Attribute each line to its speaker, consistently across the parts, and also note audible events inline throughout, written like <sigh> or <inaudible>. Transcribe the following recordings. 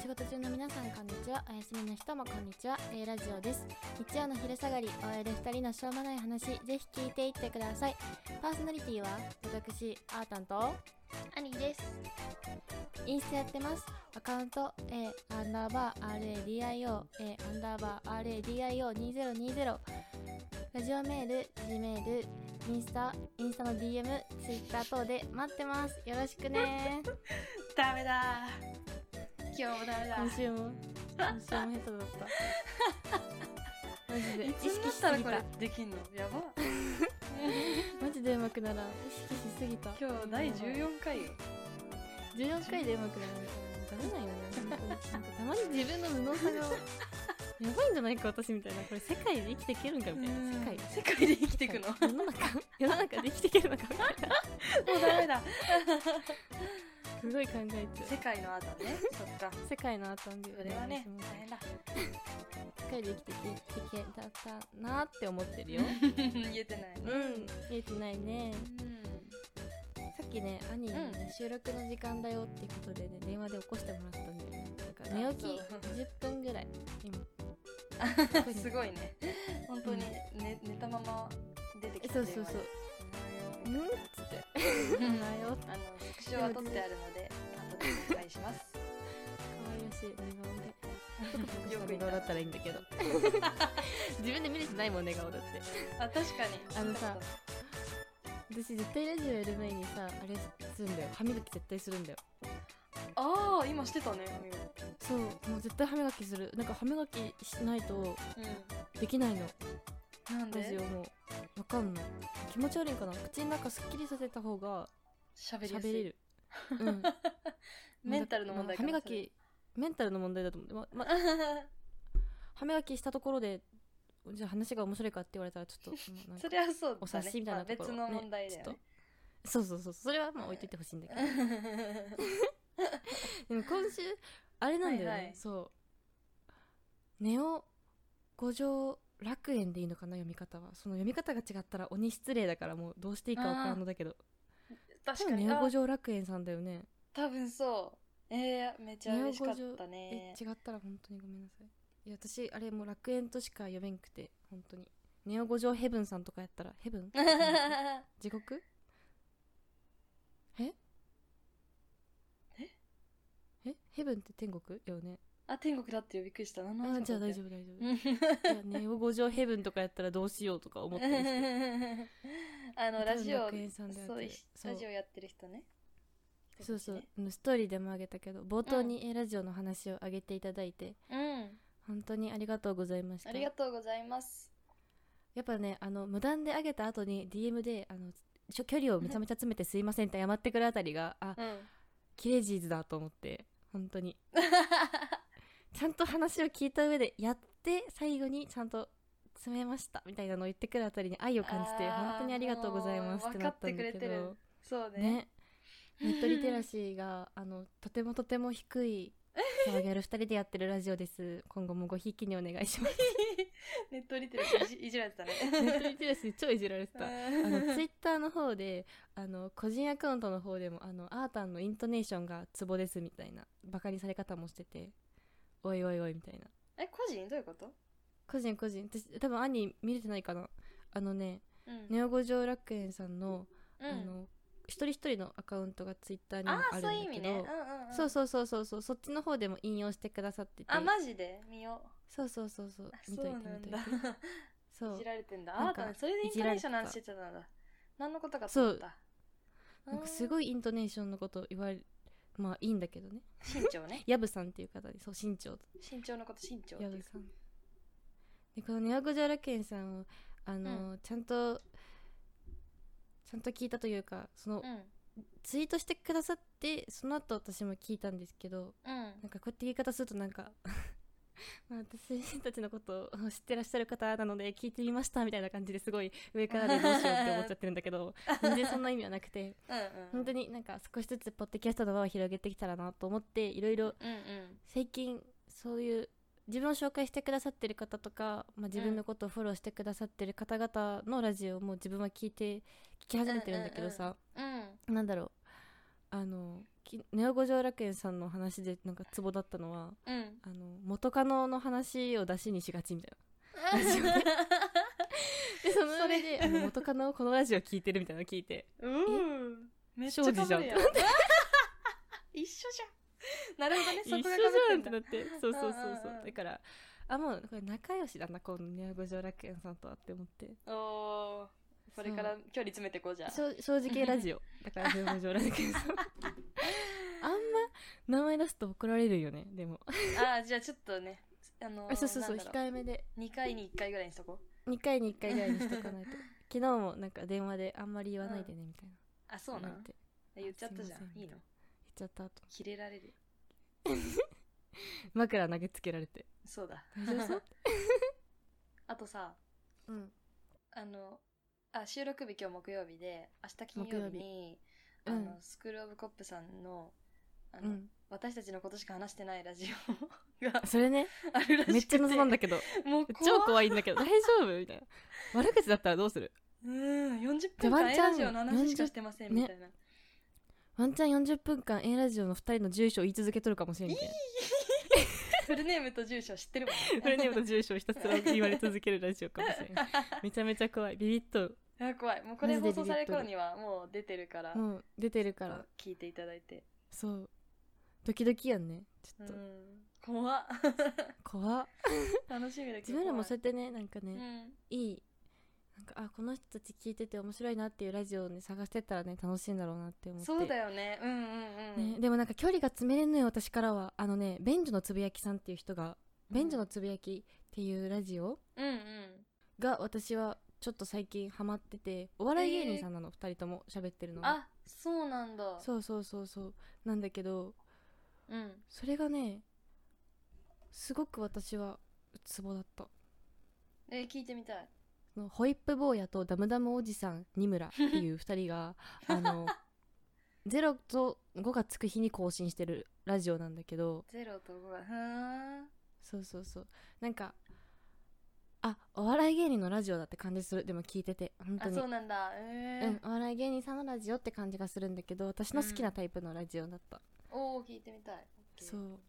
Speaker 1: 仕事中の皆さんこんにちはお休みの人もこんにちは A ラジオです日曜の昼下がり OL2 人のしょうもない話ぜひ聞いていってくださいパーソナリティは私あーたんと
Speaker 2: アニーです。
Speaker 1: インスタやってますアカウント A アンダーバー RADIO A アンダーバー RADIO2020 ラジオメール G メールインスタインスタの DM ツイッター等で待ってますよろしくね
Speaker 2: ダメだ。今日も <laughs> ダメだ
Speaker 1: 今。週も今週もヘトだったマジで
Speaker 2: い
Speaker 1: 意
Speaker 2: つに
Speaker 1: 識し
Speaker 2: なった
Speaker 1: す
Speaker 2: ら
Speaker 1: ぎ
Speaker 2: こ
Speaker 1: た
Speaker 2: れできんのやば。
Speaker 1: マジでうまくならん意識しすぎた
Speaker 2: 今日第14回 <laughs> よ。
Speaker 1: 14回でうまくならんダメだよねなんかたまに自分の頭脳
Speaker 2: <laughs>
Speaker 1: さがやばいんじゃないか私みたいなこれ世界で生きていけるんかみたいな世界
Speaker 2: 世界で生きていくの。
Speaker 1: 世
Speaker 2: も
Speaker 1: 界世の中世の中で生きていける
Speaker 2: <laughs>
Speaker 1: のかみたいな
Speaker 2: うダメだ。
Speaker 1: すごい考えて
Speaker 2: 世界のあたね。そっか。
Speaker 1: 世界のあたんで
Speaker 2: それはね
Speaker 1: お願いしま、
Speaker 2: 大変だ。
Speaker 1: す世界で生きていけいけたなって思ってるよ
Speaker 2: <laughs> 言えてない。
Speaker 1: うん言えてないねさっきね兄にね、
Speaker 2: う
Speaker 1: 収録の時間だよってことでね電話で起こしてもらったんだよねなんか寝起き
Speaker 2: あそ
Speaker 1: 10
Speaker 2: う
Speaker 1: 分ぐらい今
Speaker 2: うん。すごいね。本当に寝寝たまま出てき
Speaker 1: え
Speaker 2: た。
Speaker 1: そうそうそう
Speaker 2: う。
Speaker 1: うんんっつって
Speaker 2: う
Speaker 1: お
Speaker 2: ん
Speaker 1: はよう
Speaker 2: あのスクショは取ってあるので後でお願いします。
Speaker 1: 可愛らしい寝顔で
Speaker 2: よく言
Speaker 1: だったらいいんだ <laughs> けど自分で見れてないもん寝顔だって
Speaker 2: あ確かに
Speaker 1: あのさ私絶対ラジオやる前にさあれするんだよ歯磨き絶対するんだよ
Speaker 2: ああ今してたね
Speaker 1: そうもう絶対歯磨きするなんか歯磨きしないと
Speaker 2: う
Speaker 1: できないの
Speaker 2: んなん
Speaker 1: ラジ
Speaker 2: で
Speaker 1: オもわかんない気持ち悪いんかな口の中すっきりさせた方が
Speaker 2: 喋りやす
Speaker 1: 喋れ
Speaker 2: い
Speaker 1: る
Speaker 2: <laughs>
Speaker 1: うん
Speaker 2: メンタルの問題
Speaker 1: か
Speaker 2: か
Speaker 1: 歯
Speaker 2: な
Speaker 1: 磨きメンタルの問題だと思って、まま、歯磨きしたところでじゃあ話が面白いかって言われたらち
Speaker 2: <laughs>
Speaker 1: ょっともうなんか
Speaker 2: それはそうだね
Speaker 1: お察しみたいなところ、
Speaker 2: まあ別の問題
Speaker 1: ち
Speaker 2: だ
Speaker 1: ょ
Speaker 2: <laughs> よ
Speaker 1: っとそうそうそうそれはまあ置いといてほしいんだけど
Speaker 2: ね
Speaker 1: でも今週あれなんだよね、
Speaker 2: はいはい
Speaker 1: そうネオ五条楽園でいいのかな読み方はその読み方が違ったら鬼失礼だからもうどうしていいか分からんのだけど多
Speaker 2: 確か
Speaker 1: 分
Speaker 2: に
Speaker 1: ネオ五
Speaker 2: あ
Speaker 1: 条楽園さんだよね
Speaker 2: 多分そうえー、めっちゃ嬉しかった
Speaker 1: え
Speaker 2: ね
Speaker 1: 違ったら本当にごめんなさいいや私あれもう楽園としか読めんくて本当にネオ五条ヘブンさんとかやったらヘブ <laughs> ン地獄え
Speaker 2: え
Speaker 1: えヘブンって天国よね
Speaker 2: <laughs> あ天国だってよびっくりしたな
Speaker 1: あーじゃあ大丈
Speaker 2: 夫
Speaker 1: 夫大丈夫いやネオ五条ヘブンとかやったらどうしようとか思ったりして
Speaker 2: <laughs> あのラジ
Speaker 1: 多分
Speaker 2: オ
Speaker 1: 楽園さんでやって
Speaker 2: そう
Speaker 1: るそう
Speaker 2: ラジオやってる人ね
Speaker 1: <laughs> そうそうあのストーリーでもあげたけど冒頭にえラジオの話をあげていただいて、
Speaker 2: うん
Speaker 1: 本当にありがとうございました
Speaker 2: ありがとうございます
Speaker 1: やっぱねあの無断で上げた後に DM であのちょ距離をめちゃめちゃ詰めてすいませんって謝ってくるあたりがあ
Speaker 2: うん
Speaker 1: キレイジーズだと思って本当にちゃんと話を聞いた上でやって最後にちゃんと詰めましたみたいなのを言ってくるあたりに愛を感じて
Speaker 2: あー
Speaker 1: 本当にありがとうございますってなったんだ
Speaker 2: もう分かっ
Speaker 1: け
Speaker 2: てくれてる
Speaker 1: ど
Speaker 2: <laughs> そうね
Speaker 1: ねネットリテラシーがあのとてもとても低い騒ぎある2人でやってるラジオです今後もごひいきにお願いします
Speaker 2: <laughs> <laughs> ネットリテラシーいじいじられてたね
Speaker 1: ネットリテラシー超いじられてたあのツイ
Speaker 2: イ
Speaker 1: ッターの方であの個人アカウントの方でもあのアータンのイントネーションがツボですみたいなバカにされ方もしてておいおいおいみたいな
Speaker 2: <laughs> え個人どういうこと
Speaker 1: 個人個人私多分兄見れてないかなあのね
Speaker 2: うん
Speaker 1: ネオ五条楽園さんの,、
Speaker 2: うん
Speaker 1: あの一人一人のアカウントがツイッターにも
Speaker 2: あ
Speaker 1: ある
Speaker 2: ー
Speaker 1: ん
Speaker 2: そ
Speaker 1: だ
Speaker 2: ういう意
Speaker 1: け
Speaker 2: 味
Speaker 1: ど、
Speaker 2: ねうんうんうん
Speaker 1: そうそうそうそうそうそっちの方でも引用してくださってて
Speaker 2: あマジで見よう
Speaker 1: そうそうそうそう
Speaker 2: あ
Speaker 1: 見
Speaker 2: そう
Speaker 1: とい
Speaker 2: な
Speaker 1: て見
Speaker 2: ん
Speaker 1: とい
Speaker 2: だ
Speaker 1: てそ
Speaker 2: <laughs> いうじられてんだあ
Speaker 1: な
Speaker 2: なん
Speaker 1: か
Speaker 2: たねそれでイントネーションの話してたんだ何のことかと思った
Speaker 1: なんかす
Speaker 2: い
Speaker 1: ごいイントネーションのこと言われまあいいんだけどね <laughs>
Speaker 2: 身長ね
Speaker 1: ヤブさんっていう方にそう身長
Speaker 2: 身長のこと身長って
Speaker 1: ヤ
Speaker 2: い
Speaker 1: ブ
Speaker 2: う
Speaker 1: さんでこのネアゴジャラケンさんをあの、ちゃんとちゃんと聞いたというかその、
Speaker 2: うん
Speaker 1: ツイートしてくださってその後私も聞いたんですけど
Speaker 2: うん
Speaker 1: なんかこうやって言い方するとなんか <laughs> まあ私たちのことを知ってらっしゃる方なので聞いてみましたみたいな感じですごい上からでどうしようって思っちゃってるんだけ
Speaker 2: <laughs>
Speaker 1: ど全然そんな意味はなくて
Speaker 2: うんう
Speaker 1: 本
Speaker 2: ん
Speaker 1: 当になんか少しずつポッドキャストの輪を広げてきたらなと思っていろいろ
Speaker 2: うんうん
Speaker 1: 最近そういう自分を紹介してくださってる方とか、まあ、自分のことをフォローしてくださってる方々のラジオも自分は聞いて聞き始めてるんだけどさ、
Speaker 2: うん
Speaker 1: なんだろうあのきネオ五条楽園さんの話でなんかツボだったのは
Speaker 2: うん
Speaker 1: あの元カノの話を出しにしがちみ
Speaker 2: <laughs>
Speaker 1: たいなでその上で
Speaker 2: それ
Speaker 1: あの元カノをこのラジオ聞いてるみたいなの聞いて
Speaker 2: うんめっちゃ
Speaker 1: 庄 <laughs> 司じゃん
Speaker 2: 被るやん一緒じゃんなるほどね
Speaker 1: 一緒
Speaker 2: そ
Speaker 1: じ
Speaker 2: こが
Speaker 1: ゃ
Speaker 2: 被
Speaker 1: んってて
Speaker 2: っんだ
Speaker 1: なってそうそうそうそう
Speaker 2: うんうんうん
Speaker 1: だからあもうこれ仲良しだなこのネオ五条楽園さんとはって思って
Speaker 2: おーこれから距離詰めてこうじゃん
Speaker 1: しょ正直ラジオだからネオ五条楽園
Speaker 2: <laughs>
Speaker 1: さんあんま名前出すと怒られるよねでも
Speaker 2: <laughs> あーじゃあちょっとねあのー
Speaker 1: あそうそうそう
Speaker 2: なんだろ
Speaker 1: 控えめで
Speaker 2: う2回に1回ぐらいにしとこう
Speaker 1: 2回に1回ぐらいにしとかないと昨日もなんか電話であんまり言わないでねみたいな、
Speaker 2: あそうな
Speaker 1: 言われ
Speaker 2: ん
Speaker 1: て
Speaker 2: 言っちゃったじゃ
Speaker 1: すいま
Speaker 2: ん
Speaker 1: せん
Speaker 2: いいの
Speaker 1: 言っちゃった後
Speaker 2: キレられる
Speaker 1: 枕投げつけられて
Speaker 2: そうだ
Speaker 1: 大丈夫そう
Speaker 2: <laughs> あとさ
Speaker 1: うん
Speaker 2: あのあ収録日今日木曜日で明日金曜日に
Speaker 1: 木曜日
Speaker 2: あ
Speaker 1: う
Speaker 2: のスクール・オブ・コップさんのあ
Speaker 1: う
Speaker 2: の、
Speaker 1: ん
Speaker 2: 私たちのことしか話してないラジ
Speaker 1: <laughs>
Speaker 2: オが
Speaker 1: それね
Speaker 2: あるらしくて
Speaker 1: めっちゃ謎なんだけど
Speaker 2: もう
Speaker 1: 超
Speaker 2: い
Speaker 1: 怖いんだけど大丈夫みたいな悪口だったらどうする
Speaker 2: うん40
Speaker 1: じゃ
Speaker 2: 分
Speaker 1: あワ
Speaker 2: 間
Speaker 1: ンチャン
Speaker 2: ラジオの話しかしてませんみたいな、
Speaker 1: ワンチャン40分間 A ラジオの2人の住所を言い続けとるかもしれんみたいな
Speaker 2: フルネームと住所知ってるもんね
Speaker 1: <laughs> フルネームと住所をひたすら言われ続けるラジオかもしれん
Speaker 2: <laughs>
Speaker 1: めちゃめちゃ怖いビビッと
Speaker 2: あ怖いもうこれ
Speaker 1: マジで
Speaker 2: 放送される頃
Speaker 1: ビビ
Speaker 2: にはもう出てるから
Speaker 1: もう出てるから
Speaker 2: 聞いていただいて
Speaker 1: そうドキドキやんねち
Speaker 2: う
Speaker 1: ょっと
Speaker 2: ん怖っ <laughs>
Speaker 1: 怖っ
Speaker 2: 楽しみだけど
Speaker 1: 自分らもそう
Speaker 2: 怖
Speaker 1: やってねなんかね、
Speaker 2: いうん
Speaker 1: いいなんかあこの人たち聞いてて面白いなっていうラジオを、ね、探してったらね楽しいんだろうなって思って
Speaker 2: そうだよねうんうんうん、
Speaker 1: ね、でもなんか距離が詰めれんのよ私からはあのね「便所のつぶやきさん」っていう人が「便所のつぶやき」っていうラジオ
Speaker 2: うんうん
Speaker 1: が私はちょっと最近ハマっててお笑い芸人さんなの、二2人とも喋ってるのは
Speaker 2: あそうなんだ
Speaker 1: そうそうそうそうなんだけど
Speaker 2: うん
Speaker 1: それがねすごく私はツボだった
Speaker 2: えー聞いてみたい
Speaker 1: そのホイップ坊やとダムダムおじさん二村っていう2人
Speaker 2: <laughs>
Speaker 1: があの0と5がつく日に更新してるラジオなんだけど
Speaker 2: ゼロと5がふーん
Speaker 1: そうそうそうなんかあお笑い芸人のラジオだって感じするでも聞いてて本当
Speaker 2: あ
Speaker 1: に
Speaker 2: そうなんだ
Speaker 1: う
Speaker 2: えー
Speaker 1: ん、お笑い芸人さんのラジオって感じがするんだけど私の好きなタイプのラジオだった、
Speaker 2: おお聞いてみたい
Speaker 1: そう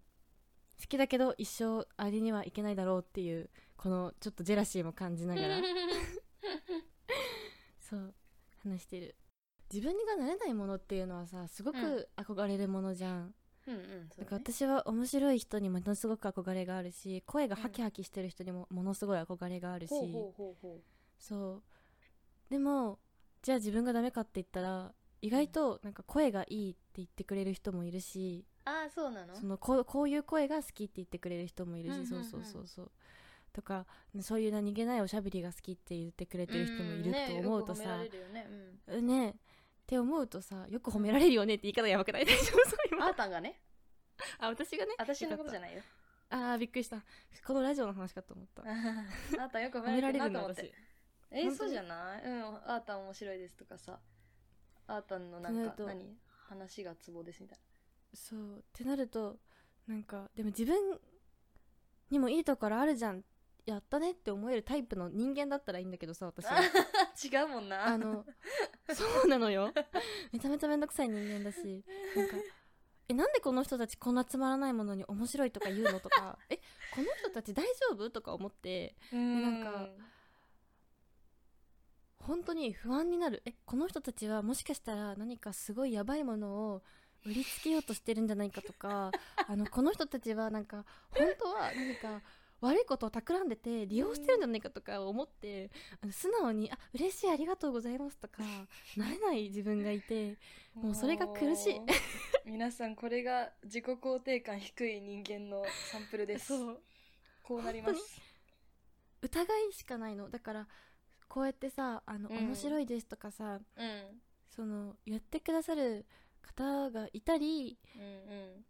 Speaker 1: 好きだけど一生あれにはいけないだろうっていうこのちょっとジェラシーも感じなが
Speaker 2: <laughs>
Speaker 1: らそう話してる自分がなれないものっていうのはさすごく憧れるものじゃん、
Speaker 2: うんうんそ
Speaker 1: だ
Speaker 2: う
Speaker 1: から
Speaker 2: だね
Speaker 1: 私は面白い人にものすごく憧れがあるし声がハキハキしてる人にもものすごい憧れがあるし、
Speaker 2: ほうほうほうほ
Speaker 1: そうでもじゃあ自分がダメかって言ったら意外となんか声がいいって言ってくれる人もいるし、
Speaker 2: うああそうなの
Speaker 1: そのこうこういう声が好きって言ってくれる人もいるし、
Speaker 2: うんうんうん
Speaker 1: そうそうそうそうとかそういう何気ないおしゃべりが好きって言ってくれてる人もい
Speaker 2: うん
Speaker 1: る
Speaker 2: ね
Speaker 1: と思うとさ、
Speaker 2: よく褒められるよねうん
Speaker 1: ねって思うとさよく褒められるよねって言い方やばくない <laughs> 大丈夫そう今
Speaker 2: あーたんがね
Speaker 1: あ私がね
Speaker 2: 私のことじゃ
Speaker 1: ない
Speaker 2: ないよ
Speaker 1: あーびっくりしたこのラジオの話かと思った
Speaker 2: <laughs> あーたんよく褒
Speaker 1: 褒め
Speaker 2: め
Speaker 1: ら
Speaker 2: ら
Speaker 1: れる
Speaker 2: れるな
Speaker 1: の
Speaker 2: と思っ
Speaker 1: 私
Speaker 2: てえ
Speaker 1: 本
Speaker 2: ー
Speaker 1: 当に
Speaker 2: そうじゃないうんあーたん面白いですとかさあーたんのな
Speaker 1: そうんや
Speaker 2: か
Speaker 1: と
Speaker 2: 何話がツボですみたい
Speaker 1: そうってなるとなんかでも自分にもいいところあるじゃんやったねって思えるタイプの人間だったらいいんだけどさ私は <laughs>
Speaker 2: な違うもんな
Speaker 1: あのそうなのよめちゃめちゃめんどくさい人間だしなんかえなんでこの人たちこんなつまらないものに面白いとか言うのとかえこの人たち大丈夫とか思って
Speaker 2: うん
Speaker 1: なんか本当に不安になるえこの人たちはもしかしたら何かすごいやばいものを売りつけようとしてるんじゃないかとかあのこの人たちはなんか本当は何か悪いことを企んでて利用してるんじゃないかとか思って、あの素直に「あ嬉しいありがとうございます」とかなれない自分がいてもうそれが苦しい
Speaker 2: もう皆さんこれが自己肯定感低い人間のサンプルです
Speaker 1: <laughs> そう
Speaker 2: こうなります
Speaker 1: 疑いしかないのだからこうやってさ「あの
Speaker 2: うん
Speaker 1: 面白いです」とかさ、
Speaker 2: うん
Speaker 1: その言ってくださる方がいたり
Speaker 2: うんうん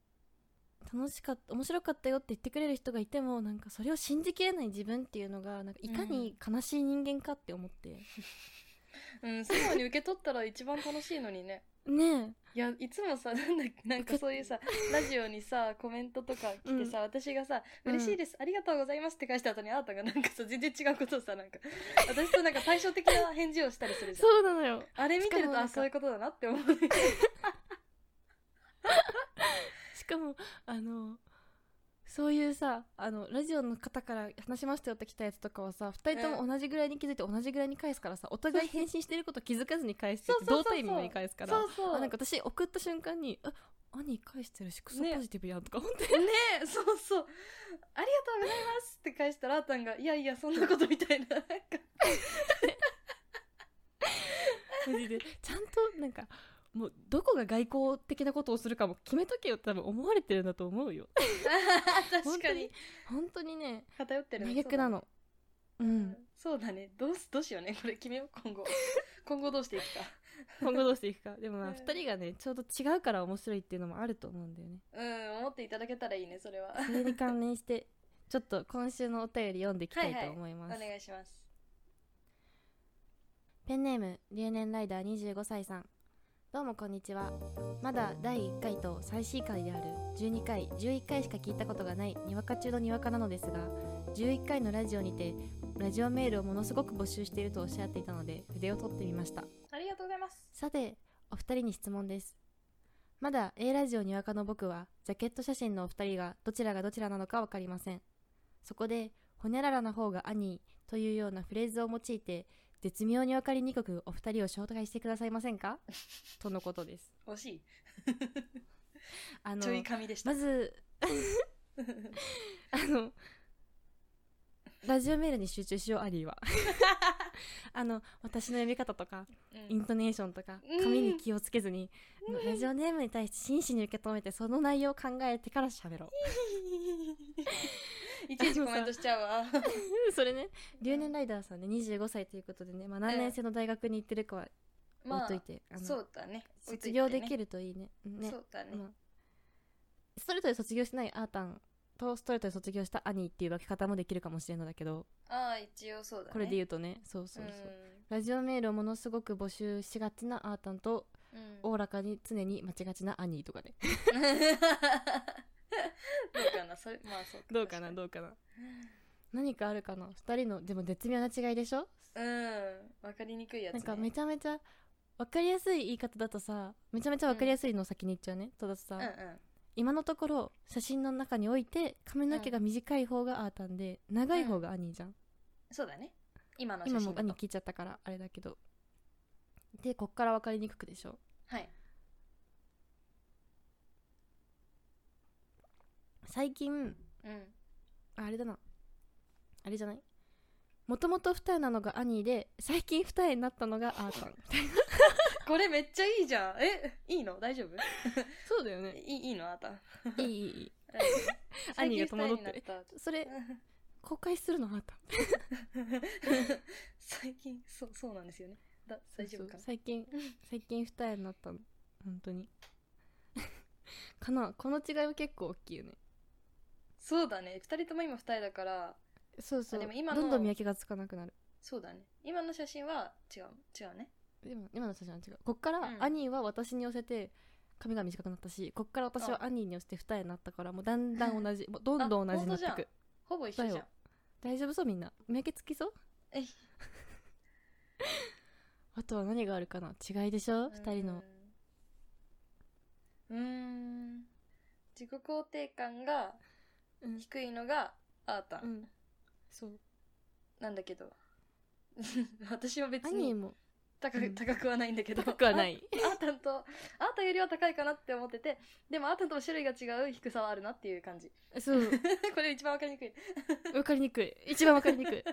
Speaker 1: 楽しかった面白かったよって言ってくれる人がいてもなんかそれを信じきれない自分っていうのがなんかいかに悲しい人間かって思って、
Speaker 2: うん、素直に受け取ったら一番楽しいのにね。
Speaker 1: ね
Speaker 2: いや、いつもさ、 <laughs> なんだっけなんかそういうさ、ラジオにさ、コメントとか来てさ、私がさ、
Speaker 1: うん
Speaker 2: 嬉しいです、ありがとうございますって返した後に、あーたがなんかさ、全然違うことをさ、なんか、私となんか対照的な返事をしたりす
Speaker 1: <laughs>
Speaker 2: る
Speaker 1: え
Speaker 2: じゃん。
Speaker 1: そうなのよ
Speaker 2: あれ見て
Speaker 1: し
Speaker 2: る
Speaker 1: かも
Speaker 2: と、
Speaker 1: なん
Speaker 2: あ、
Speaker 1: か
Speaker 2: そういうことだなって思う。
Speaker 1: かもあのそういうさあのラジオの方から話しましたよって来たやつとかはさ2人とも同じぐらいに気づいて同じぐらいに返すからさお互い返信してること気づかずに返すって
Speaker 2: そうそうそ
Speaker 1: 同
Speaker 2: うそう
Speaker 1: タイミングに返すから
Speaker 2: そうそう
Speaker 1: あなんか私送った瞬間に「あ兄返してるしクソ
Speaker 2: ね
Speaker 1: ポジティブやん」とか思って、
Speaker 2: ねえそうそう「ありがとうございます」って返したらあーたんが「いやいやそんなこと」みたいななんか
Speaker 1: マジでちゃんとなんかもうどこが外交的なことをするかも決めとけよって多分思われてるんだと思うよ
Speaker 2: 確かに
Speaker 1: 本当にね
Speaker 2: 偏ってるね
Speaker 1: 真逆なのう
Speaker 2: そうだね
Speaker 1: ん
Speaker 2: そうだねどうすどうしようねこれ決めよう今後今後どうしていくか
Speaker 1: 今後どうしていくかでもまあ
Speaker 2: うん
Speaker 1: 2人がねちょうど違うから面白いっていうのもあると思うんだよね
Speaker 2: うん思っていただけたらいいねそれは
Speaker 1: それに関連してちょっと今週のお便り読んでいきたいと思い
Speaker 2: お
Speaker 1: ます、
Speaker 2: 願いします
Speaker 1: ペンネーム留年ライダー25歳さんどうもこんにちはまだ第1回と最新回である12回11回しか聞いたことがないにわか中のにわかなのですが11回のラジオにてラジオメールをものすごく募集しているとおっしゃっていたので筆を取ってみました
Speaker 2: ありがとうございます
Speaker 1: さてお二人に質問ですまだ A ラジオにわかの僕はジャケット写真のお二人がどちらがどちらなのかわかりませんそこで「ほにゃららな方が兄」というようなフレーズを用いて絶妙にわかりにくくお二人を紹介してくださいません
Speaker 2: <laughs>
Speaker 1: かとのことです
Speaker 2: 惜しい
Speaker 1: あの
Speaker 2: ちょい髪でした、
Speaker 1: まず <laughs> あのラジオメールに集中しようアリー
Speaker 2: <laughs>
Speaker 1: はあの私の読み方とか
Speaker 2: う
Speaker 1: イン
Speaker 2: <laughs> ん、
Speaker 1: トネーションとか
Speaker 2: うん
Speaker 1: 紙に気をつけずに、あのラジオネームに対して真摯に受け止めてその内容を考えてから喋ろう
Speaker 2: いちいちコメントしちゃうわ
Speaker 1: それね留年ライダーさんね25歳ということでね、まあ、何年生の大学に行ってるかは置いといて、あの
Speaker 2: そうだね
Speaker 1: 卒業でき
Speaker 2: る
Speaker 1: るといいねうんね
Speaker 2: そうだね、
Speaker 1: まあストレートで卒業してないアータンとストレートで卒業した兄っていう分け方もできるかもしれないんだけど、
Speaker 2: ああ一応そうだね
Speaker 1: これで言
Speaker 2: う
Speaker 1: うとねそうそうそう、
Speaker 2: ん
Speaker 1: ラジオメールをものすごく募集しがちなアータンと
Speaker 2: うん <laughs>
Speaker 1: おお <laughs> らかに常に待ちがちな兄とかね
Speaker 2: どうかなそれまあそう
Speaker 1: <laughs> どうかな
Speaker 2: 確
Speaker 1: どうかな何かあるかな2人のでも絶妙な違いでしょ、
Speaker 2: かにうんわかりにくいやつ、
Speaker 1: な
Speaker 2: ね、
Speaker 1: んかめちゃめちゃ分かりやすい言い方だとさめちゃめちゃ分かりやすいのを先に言っちゃうね、たださ、
Speaker 2: うんうん
Speaker 1: 今のところ写真の中に置いて髪の毛が短い方がアータンで長い方が兄じゃん、
Speaker 2: そうだね今の写
Speaker 1: 今
Speaker 2: 真
Speaker 1: も
Speaker 2: だと
Speaker 1: 兄聞いちゃったからあれだけどでこっから分かりにくくでしょ
Speaker 2: はい
Speaker 1: 最近
Speaker 2: うん
Speaker 1: ああれだなあれじゃないもともと二重なのが兄で最近二重になったのがアータン
Speaker 2: これめっちゃいいじゃんえいいの大丈夫
Speaker 1: <laughs> そうだよね
Speaker 2: いいいいのあなた
Speaker 1: <laughs> いいいいいい <laughs> 兄が
Speaker 2: 兄が
Speaker 1: 戸
Speaker 2: 戸
Speaker 1: 惑
Speaker 2: 惑
Speaker 1: っ
Speaker 2: ってて
Speaker 1: る
Speaker 2: る
Speaker 1: それ公開するのあータン
Speaker 2: 最近そうそうなんですよねだ大丈夫か
Speaker 1: そう
Speaker 2: な
Speaker 1: そう最近最近二重になったの本当に <laughs> かなこの違いは結構大きいよね
Speaker 2: そうだね二人とも今二人だから
Speaker 1: そうそう
Speaker 2: あでも今の
Speaker 1: どんどん見分けがつかなくなる
Speaker 2: そうだね今の写真は違う違うね
Speaker 1: でも今の写真は違うこっから
Speaker 2: うん
Speaker 1: 兄は私に寄せて髪が短くなったしこっから私は兄に寄せて二重になったからもうだんだん同じもうどんどん同じになって
Speaker 2: あ本当じゃ
Speaker 1: く
Speaker 2: んほぼ一緒
Speaker 1: だ
Speaker 2: じゃん
Speaker 1: よ大丈夫そうみんな見分けつき <laughs> そう
Speaker 2: えい
Speaker 1: あとは何があるかな違いでしょ二人の
Speaker 2: うーん自己肯定感が
Speaker 1: うん、
Speaker 2: 低いのがあーた
Speaker 1: うんん、そう
Speaker 2: なんだけど <laughs> 私は別
Speaker 1: 兄
Speaker 2: に
Speaker 1: も
Speaker 2: 高
Speaker 1: う
Speaker 2: く
Speaker 1: ん
Speaker 2: 高くはないんだけど
Speaker 1: 高くは
Speaker 2: <laughs>
Speaker 1: ない
Speaker 2: ああーたんとあーたんよりは高いかなって思っててでもあーたんとも種類が違う低さはあるなっていう感じ
Speaker 1: <laughs> そう
Speaker 2: <laughs> これ一番わかりにくい
Speaker 1: わかりにくい一番わかりにくい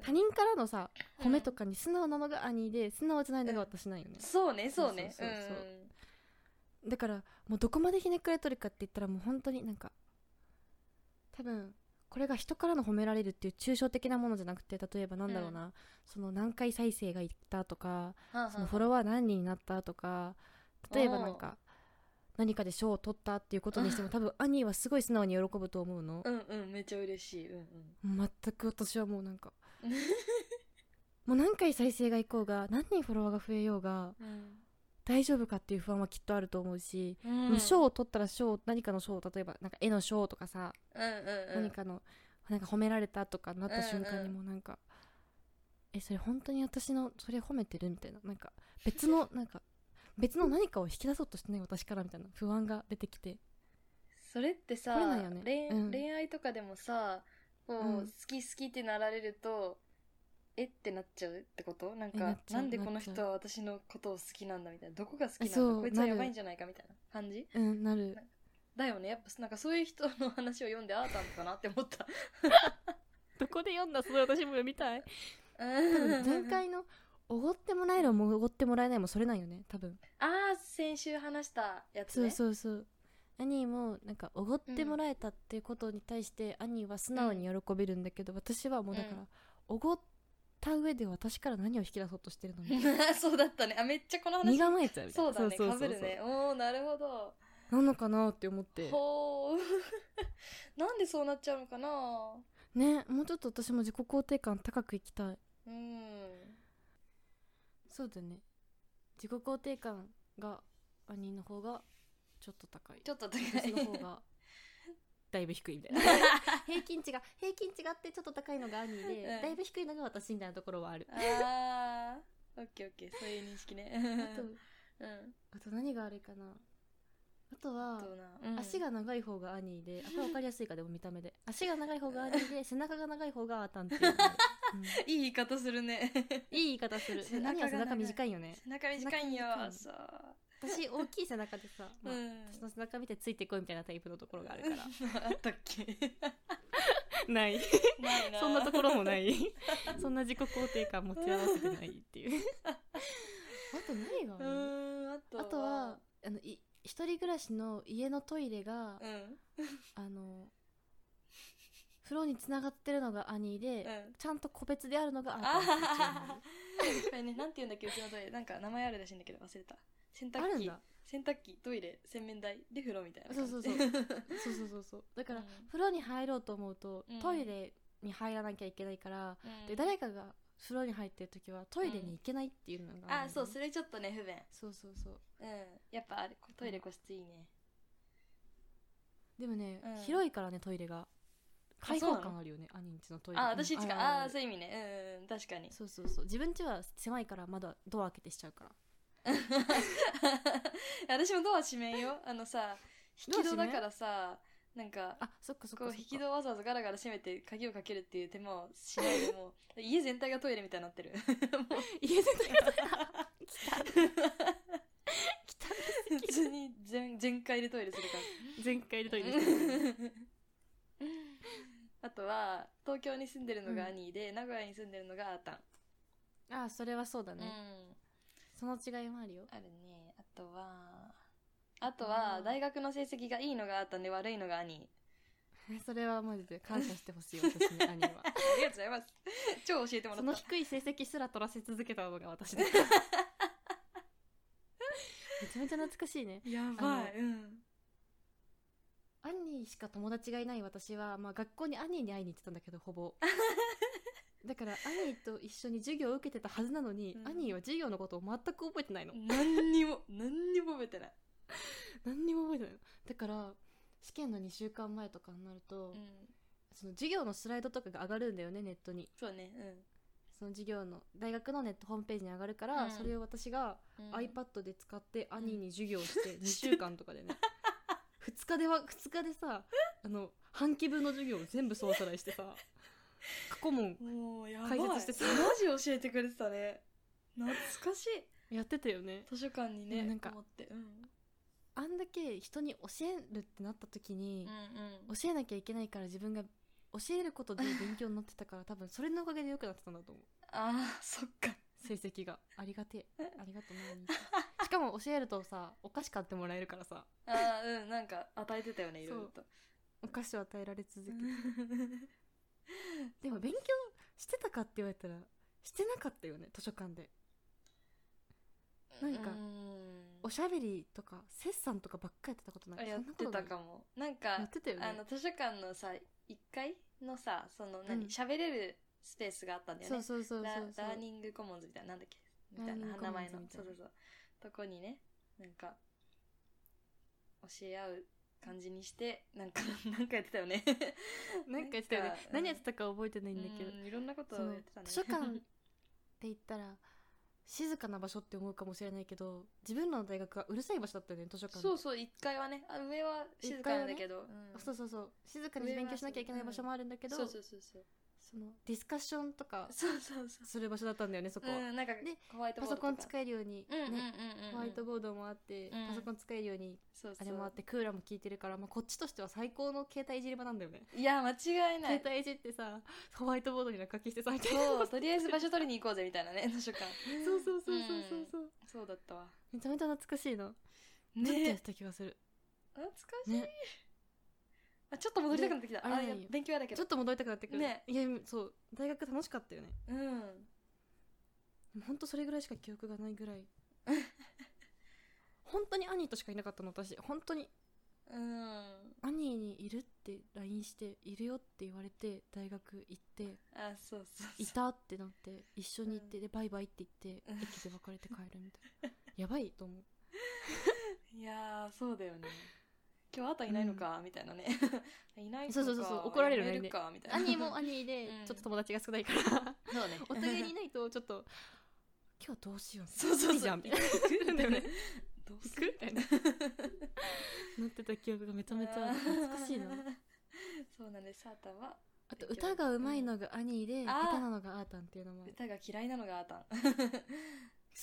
Speaker 1: 他人からのさ褒めとかに素直なのが兄で素直じゃないのが私なんよね、
Speaker 2: そうねそうね
Speaker 1: そうそうそうそう
Speaker 2: うん
Speaker 1: だからもうどこまでひねくれとるかって言ったらもう本当になんか多分これが人からの褒められるっていう抽象的なものじゃなくて例えばなんだろうな、その何回再生がいったとか、
Speaker 2: はあはあ
Speaker 1: そのフォロワー何人になったとか例えばなんか何かで賞を取ったっていうことにしても多分兄はすごい素直に喜ぶと思うの、
Speaker 2: うんうんめっちゃ嬉しいうんうん
Speaker 1: 全く私はもうなんかもう何回再生がいこうが何人フォロワーが増えようが大丈夫かっていう不安はきっとあると思うし、
Speaker 2: うん
Speaker 1: もう賞を取ったら賞何かの賞例えばなんか絵の賞とかさ、
Speaker 2: うんうんうん
Speaker 1: 何かのなんか褒められたとかなった瞬間
Speaker 2: うん
Speaker 1: に
Speaker 2: うん
Speaker 1: もうなんか、 <laughs> えそれ本当に私のそれ褒めてるみたいななんか別のなんか別の何かを引き出そうとしてない私からみたいな不安が出てきて
Speaker 2: それってさ
Speaker 1: これなんよね
Speaker 2: 恋
Speaker 1: うん
Speaker 2: 恋愛とかでもさこう、
Speaker 1: うん
Speaker 2: 好き好きってなられるとえってなっちゃうってことなん
Speaker 1: えな
Speaker 2: か
Speaker 1: っちゃ
Speaker 2: な
Speaker 1: うん
Speaker 2: でこの
Speaker 1: なっち
Speaker 2: 人
Speaker 1: ゃ
Speaker 2: は私のことを好きなんだみたいなどこが好きな
Speaker 1: そ
Speaker 2: んだ
Speaker 1: う
Speaker 2: こいつは
Speaker 1: なる
Speaker 2: やばいんじゃないかみたいな感じ
Speaker 1: うんなる
Speaker 2: だよねやっぱなんかそういう人の話を読んでああたんかなって思った
Speaker 1: どこで読んだそれ私も読みたい多分前
Speaker 2: 前
Speaker 1: <laughs> 回のおごってもらえるもおごってもらえないもそれなんよね多分
Speaker 2: ああ先週話したやつ
Speaker 1: そう
Speaker 2: ね
Speaker 1: そうそうアニーもなんかおごってもらえたっていうことに対して、アニーは素直に喜べるんだけど、私はもうだから
Speaker 2: う
Speaker 1: おご、った上で私から何を引き出そうとしてる
Speaker 2: <laughs>
Speaker 1: のに
Speaker 2: そうだったねあめっちゃこの
Speaker 1: 身
Speaker 2: 話
Speaker 1: 構えちゃうみたい
Speaker 2: そ
Speaker 1: な
Speaker 2: うだね
Speaker 1: そう
Speaker 2: か
Speaker 1: そうそ
Speaker 2: ぶ
Speaker 1: う
Speaker 2: るねおおなるほど
Speaker 1: なのかなって思って
Speaker 2: ほう <laughs> なんでそうなっちゃうのかな
Speaker 1: ねもうちょっと私も自己肯定感高くいきたい
Speaker 2: うん
Speaker 1: そうだね自己肯定感がアニーの方がちょっと高い
Speaker 2: ちょっと高い
Speaker 1: 私の方がだいぶ低いみたいな <laughs> 平均値が平均値があってちょっと高いのがアニーで、
Speaker 2: うん
Speaker 1: だいぶ低いのが私みたいなところはある
Speaker 2: <laughs> あーオッケーオッケーそう <laughs> いう認識ね
Speaker 1: あと
Speaker 2: うん
Speaker 1: あと何があるかなあとは
Speaker 2: どうな、うん
Speaker 1: 足が長い方がアニーであこれ分かりやすいかでも見た目で足が長い方がアニーで背中が長い方がアータンっていうね、うん
Speaker 2: いい言い方する
Speaker 1: <laughs>
Speaker 2: ね
Speaker 1: いい言い方する
Speaker 2: 背中が
Speaker 1: アニーは背中
Speaker 2: 長い
Speaker 1: 短いよね
Speaker 2: 背中短いんよ
Speaker 1: 背中短い
Speaker 2: <laughs> そう、
Speaker 1: 私大きい背中でさ、まあ
Speaker 2: うん
Speaker 1: 私の背中見てついてこいみたいなタイプのところがあるか
Speaker 2: あったっ
Speaker 1: <laughs>
Speaker 2: け
Speaker 1: らない
Speaker 2: <laughs> ないな
Speaker 1: そんなところもない
Speaker 2: <laughs>
Speaker 1: いそんな自己肯定感持ち合わせてないっていうあと何が
Speaker 2: う
Speaker 1: ある
Speaker 2: ーんあと
Speaker 1: あとはあのい一人暮らしの家のトイレが、
Speaker 2: うん
Speaker 1: あの風呂につながってるのが兄で、
Speaker 2: うん
Speaker 1: ちゃんと個別である
Speaker 2: <laughs>
Speaker 1: のが
Speaker 2: あ
Speaker 1: 兄
Speaker 2: あこれねなんて言うんだっけうちのトイレなんか名前あるらしいんだけど忘れた洗
Speaker 1: ある
Speaker 2: 濯
Speaker 1: ん
Speaker 2: 機
Speaker 1: だ
Speaker 2: 洗濯機トイレ洗面台で風呂みたいな
Speaker 1: そう
Speaker 2: 感
Speaker 1: そう
Speaker 2: じ
Speaker 1: そうそうそうそうそうだから、
Speaker 2: うん
Speaker 1: 風呂に入ろうと思うと、
Speaker 2: うん
Speaker 1: トイレに入らなきゃいけないから、
Speaker 2: うん
Speaker 1: で誰かが風呂に入ってる時はトイレに行けないっていうのがるのね、
Speaker 2: あそうそれちょっとね不便
Speaker 1: そうそうそう
Speaker 2: うんやっぱあれトイレ個室いいね
Speaker 1: でもね、
Speaker 2: うん
Speaker 1: 広いからねトイレが
Speaker 2: あ
Speaker 1: 開
Speaker 2: そう
Speaker 1: 放
Speaker 2: なの
Speaker 1: 感あるよね兄んちのトイレ
Speaker 2: あ私んちか
Speaker 1: うん
Speaker 2: ああー
Speaker 1: る
Speaker 2: そういう意味ねうんうん確かに
Speaker 1: そうそうそう自分家は狭いからまだドア開けてしちゃうから
Speaker 2: <laughs> 私もドア閉めんよあのさ引き戸
Speaker 1: ドア閉め
Speaker 2: だ
Speaker 1: ん
Speaker 2: からさなんか
Speaker 1: あそっかそっかそうっ
Speaker 2: こ
Speaker 1: か
Speaker 2: 引き戸をわざわざガラガラ閉めて鍵をかけるっていう手間をしないでもう家全体がトイレみたいに
Speaker 1: <laughs>
Speaker 2: なってるもう
Speaker 1: 家出てきた
Speaker 2: 普通に全全開でトイレするから
Speaker 1: <laughs> 全開でトイレ
Speaker 2: <laughs> あとは東京に住んでるのが兄で、名古屋に住んでるのがあーたん、
Speaker 1: ああそれはそうだね、
Speaker 2: うん
Speaker 1: その違いもあるよ
Speaker 2: あるねあとはあとは大学の成績がいいのがあったんで悪いのが兄
Speaker 1: それはマジで感謝してほしい私 <laughs> に兄は
Speaker 2: ありがとうございます <laughs> 超教えてもら
Speaker 1: そ
Speaker 2: っ
Speaker 1: の
Speaker 2: た
Speaker 1: 低い成績すら取らせ続けたのが私 <laughs> ですめちゃめちゃ懐かしいね
Speaker 2: や
Speaker 1: ばい
Speaker 2: うん
Speaker 1: アニーしか友達がいない私は、まあ、学校にアニーに会いに行ってたんだけどほ
Speaker 2: <laughs>
Speaker 1: ぼだからアニーと一緒に授業を受けてたはずなのに、
Speaker 2: うん
Speaker 1: アニーは授業のことを全く覚えてないの
Speaker 2: 何にも何にも覚えてない、
Speaker 1: 何にも覚えてないのだから試験の2週間前とかになると、
Speaker 2: うん、
Speaker 1: その授業のスライドとかが上がるんだよねネットに
Speaker 2: そうね
Speaker 1: その授業の大学のネットホームページに上がるから、
Speaker 2: うん
Speaker 1: それを私が
Speaker 2: うん、うん
Speaker 1: iPad で使って兄に授業を <laughs> して2週間とかでね2日では2日でさあの半期分の授業を全部総さらいしてさ過去問
Speaker 2: もうやばい
Speaker 1: 解説してた
Speaker 2: マジ教えてくれてたね懐かしい
Speaker 1: やってたよね
Speaker 2: 図書館に
Speaker 1: で
Speaker 2: ね
Speaker 1: も
Speaker 2: な
Speaker 1: なんん
Speaker 2: か
Speaker 1: か
Speaker 2: 思って、うん、
Speaker 1: あんだけ人に教えるってなった時に
Speaker 2: うん、うん
Speaker 1: 教えなきゃいけないから自分が教えることで勉強になってたから多分それのおかげで良くなってたんだと思う
Speaker 2: ああそっか
Speaker 1: 成績がありがてえありがとうなお兄ちゃんしかも教えるとさお菓子買ってもらえるからさ
Speaker 2: ああうんなんか与えてたよねいろいろと
Speaker 1: お菓子を与えられ続けてでも勉強してたかって言われたらしてなかったよね図書館でなんか
Speaker 2: うん
Speaker 1: おしゃべりとか切算とかばっかやってたことない
Speaker 2: やってたか
Speaker 1: も
Speaker 2: もなん
Speaker 1: や
Speaker 2: か
Speaker 1: ってたよね
Speaker 2: あの図書館のさ1階のさその
Speaker 1: う
Speaker 2: 何
Speaker 1: ん
Speaker 2: 喋、れるスペースがあったんだよ
Speaker 1: そ
Speaker 2: ね
Speaker 1: うそうそうそう
Speaker 2: ラ
Speaker 1: そう
Speaker 2: <laughs> ラーニングコモンズみたいななんだっけみた
Speaker 1: ラー
Speaker 2: い
Speaker 1: ニング
Speaker 2: な
Speaker 1: コモンズ
Speaker 2: 名前の
Speaker 1: みた
Speaker 2: そ
Speaker 1: いうな
Speaker 2: そうそうとこにねなんか教え合う感じにしてなんか <laughs> なんかやってたよね
Speaker 1: なんかやってたよ
Speaker 2: な
Speaker 1: ね
Speaker 2: んか
Speaker 1: 何やってたか覚えてない
Speaker 2: うん
Speaker 1: んだけど
Speaker 2: いろんなことを
Speaker 1: そ
Speaker 2: や
Speaker 1: の
Speaker 2: ってたね
Speaker 1: 図書館って言ったら静かな場所って思うかもしれないけど自分らの大学はうるさい場所だったよね図書館
Speaker 2: そうそう1階はねあ上は静かなんだけど、
Speaker 1: あそううそうそう静かに勉強しなきゃいけない場所もあるんだけ
Speaker 2: け
Speaker 1: ど、
Speaker 2: そうそうそうそう
Speaker 1: そのディスカッションとか
Speaker 2: そうそうそう
Speaker 1: する場所だったんだよねそこは、
Speaker 2: うん、なんか
Speaker 1: で
Speaker 2: ホワイト
Speaker 1: パ
Speaker 2: ボード
Speaker 1: ソ
Speaker 2: と
Speaker 1: コ
Speaker 2: か
Speaker 1: ン使えるように、
Speaker 2: うんうんうん
Speaker 1: ね
Speaker 2: うん
Speaker 1: ホワイトボードもあって、
Speaker 2: うん
Speaker 1: パソコン使えるように
Speaker 2: そうそ
Speaker 1: あ
Speaker 2: う
Speaker 1: れもあってクーラーも効いてるから、まあ、こっちとしては最高の携帯いじり場なんだよね
Speaker 2: いや間違いない
Speaker 1: 携帯いじってさホワイトボードに落書きしてさみたいな
Speaker 2: そうとりあえず場所取りに行こうぜみたいなね図書館
Speaker 1: <laughs> そうそうそうそうそうそう、
Speaker 2: そうだったわ
Speaker 1: めちゃめちゃ懐かしいな、ちょっとやっ
Speaker 2: ね
Speaker 1: た気がする
Speaker 2: 懐かしい、
Speaker 1: ね
Speaker 2: あちょっと戻りたくなってきた
Speaker 1: ねあ
Speaker 2: あ
Speaker 1: れ
Speaker 2: いや
Speaker 1: 何
Speaker 2: 勉強やだけ
Speaker 1: ちょ
Speaker 2: ど
Speaker 1: っと戻りたくなってくる
Speaker 2: ね
Speaker 1: いやそう大学楽しかったよね
Speaker 2: うん
Speaker 1: でもほんとそれぐらいしか記憶がないぐら
Speaker 2: <laughs>
Speaker 1: い本当に兄としかいなかったの私本当に
Speaker 2: うん
Speaker 1: 兄にいるって LINE しているよって言われて大学行って
Speaker 2: あそうそう
Speaker 1: い
Speaker 2: そう
Speaker 1: たってなって一緒に行って、
Speaker 2: うん
Speaker 1: でバイバイって言って
Speaker 2: うん
Speaker 1: 駅で別れて帰るみたいなやばいと
Speaker 2: <laughs>
Speaker 1: 思う
Speaker 2: いやーそうだよね今日あたいないのか、みたいなね <laughs> いないのか
Speaker 1: そうそうそうそう怒られるね
Speaker 2: やめかみたいな
Speaker 1: 兄も兄で
Speaker 2: うん
Speaker 1: ちょっと友達が少ないから、
Speaker 2: そう <laughs> ね
Speaker 1: お互いにいないとちょっと今日どうしよう
Speaker 2: そう <laughs> そうそう
Speaker 1: いいじゃんみたいな
Speaker 2: 行くんだ
Speaker 1: <laughs>
Speaker 2: よねどう
Speaker 1: 行
Speaker 2: す
Speaker 1: く
Speaker 2: る
Speaker 1: みたいな
Speaker 2: <laughs>
Speaker 1: なってた記憶がめちゃめちゃ懐かしいな
Speaker 2: <laughs> そうなんですサータンは
Speaker 1: あと歌がうまいのが兄で、
Speaker 2: ん
Speaker 1: 下
Speaker 2: あー
Speaker 1: 手なのがあーたんっていうのも好
Speaker 2: 歌が嫌いなのがアー
Speaker 1: <laughs>
Speaker 2: タン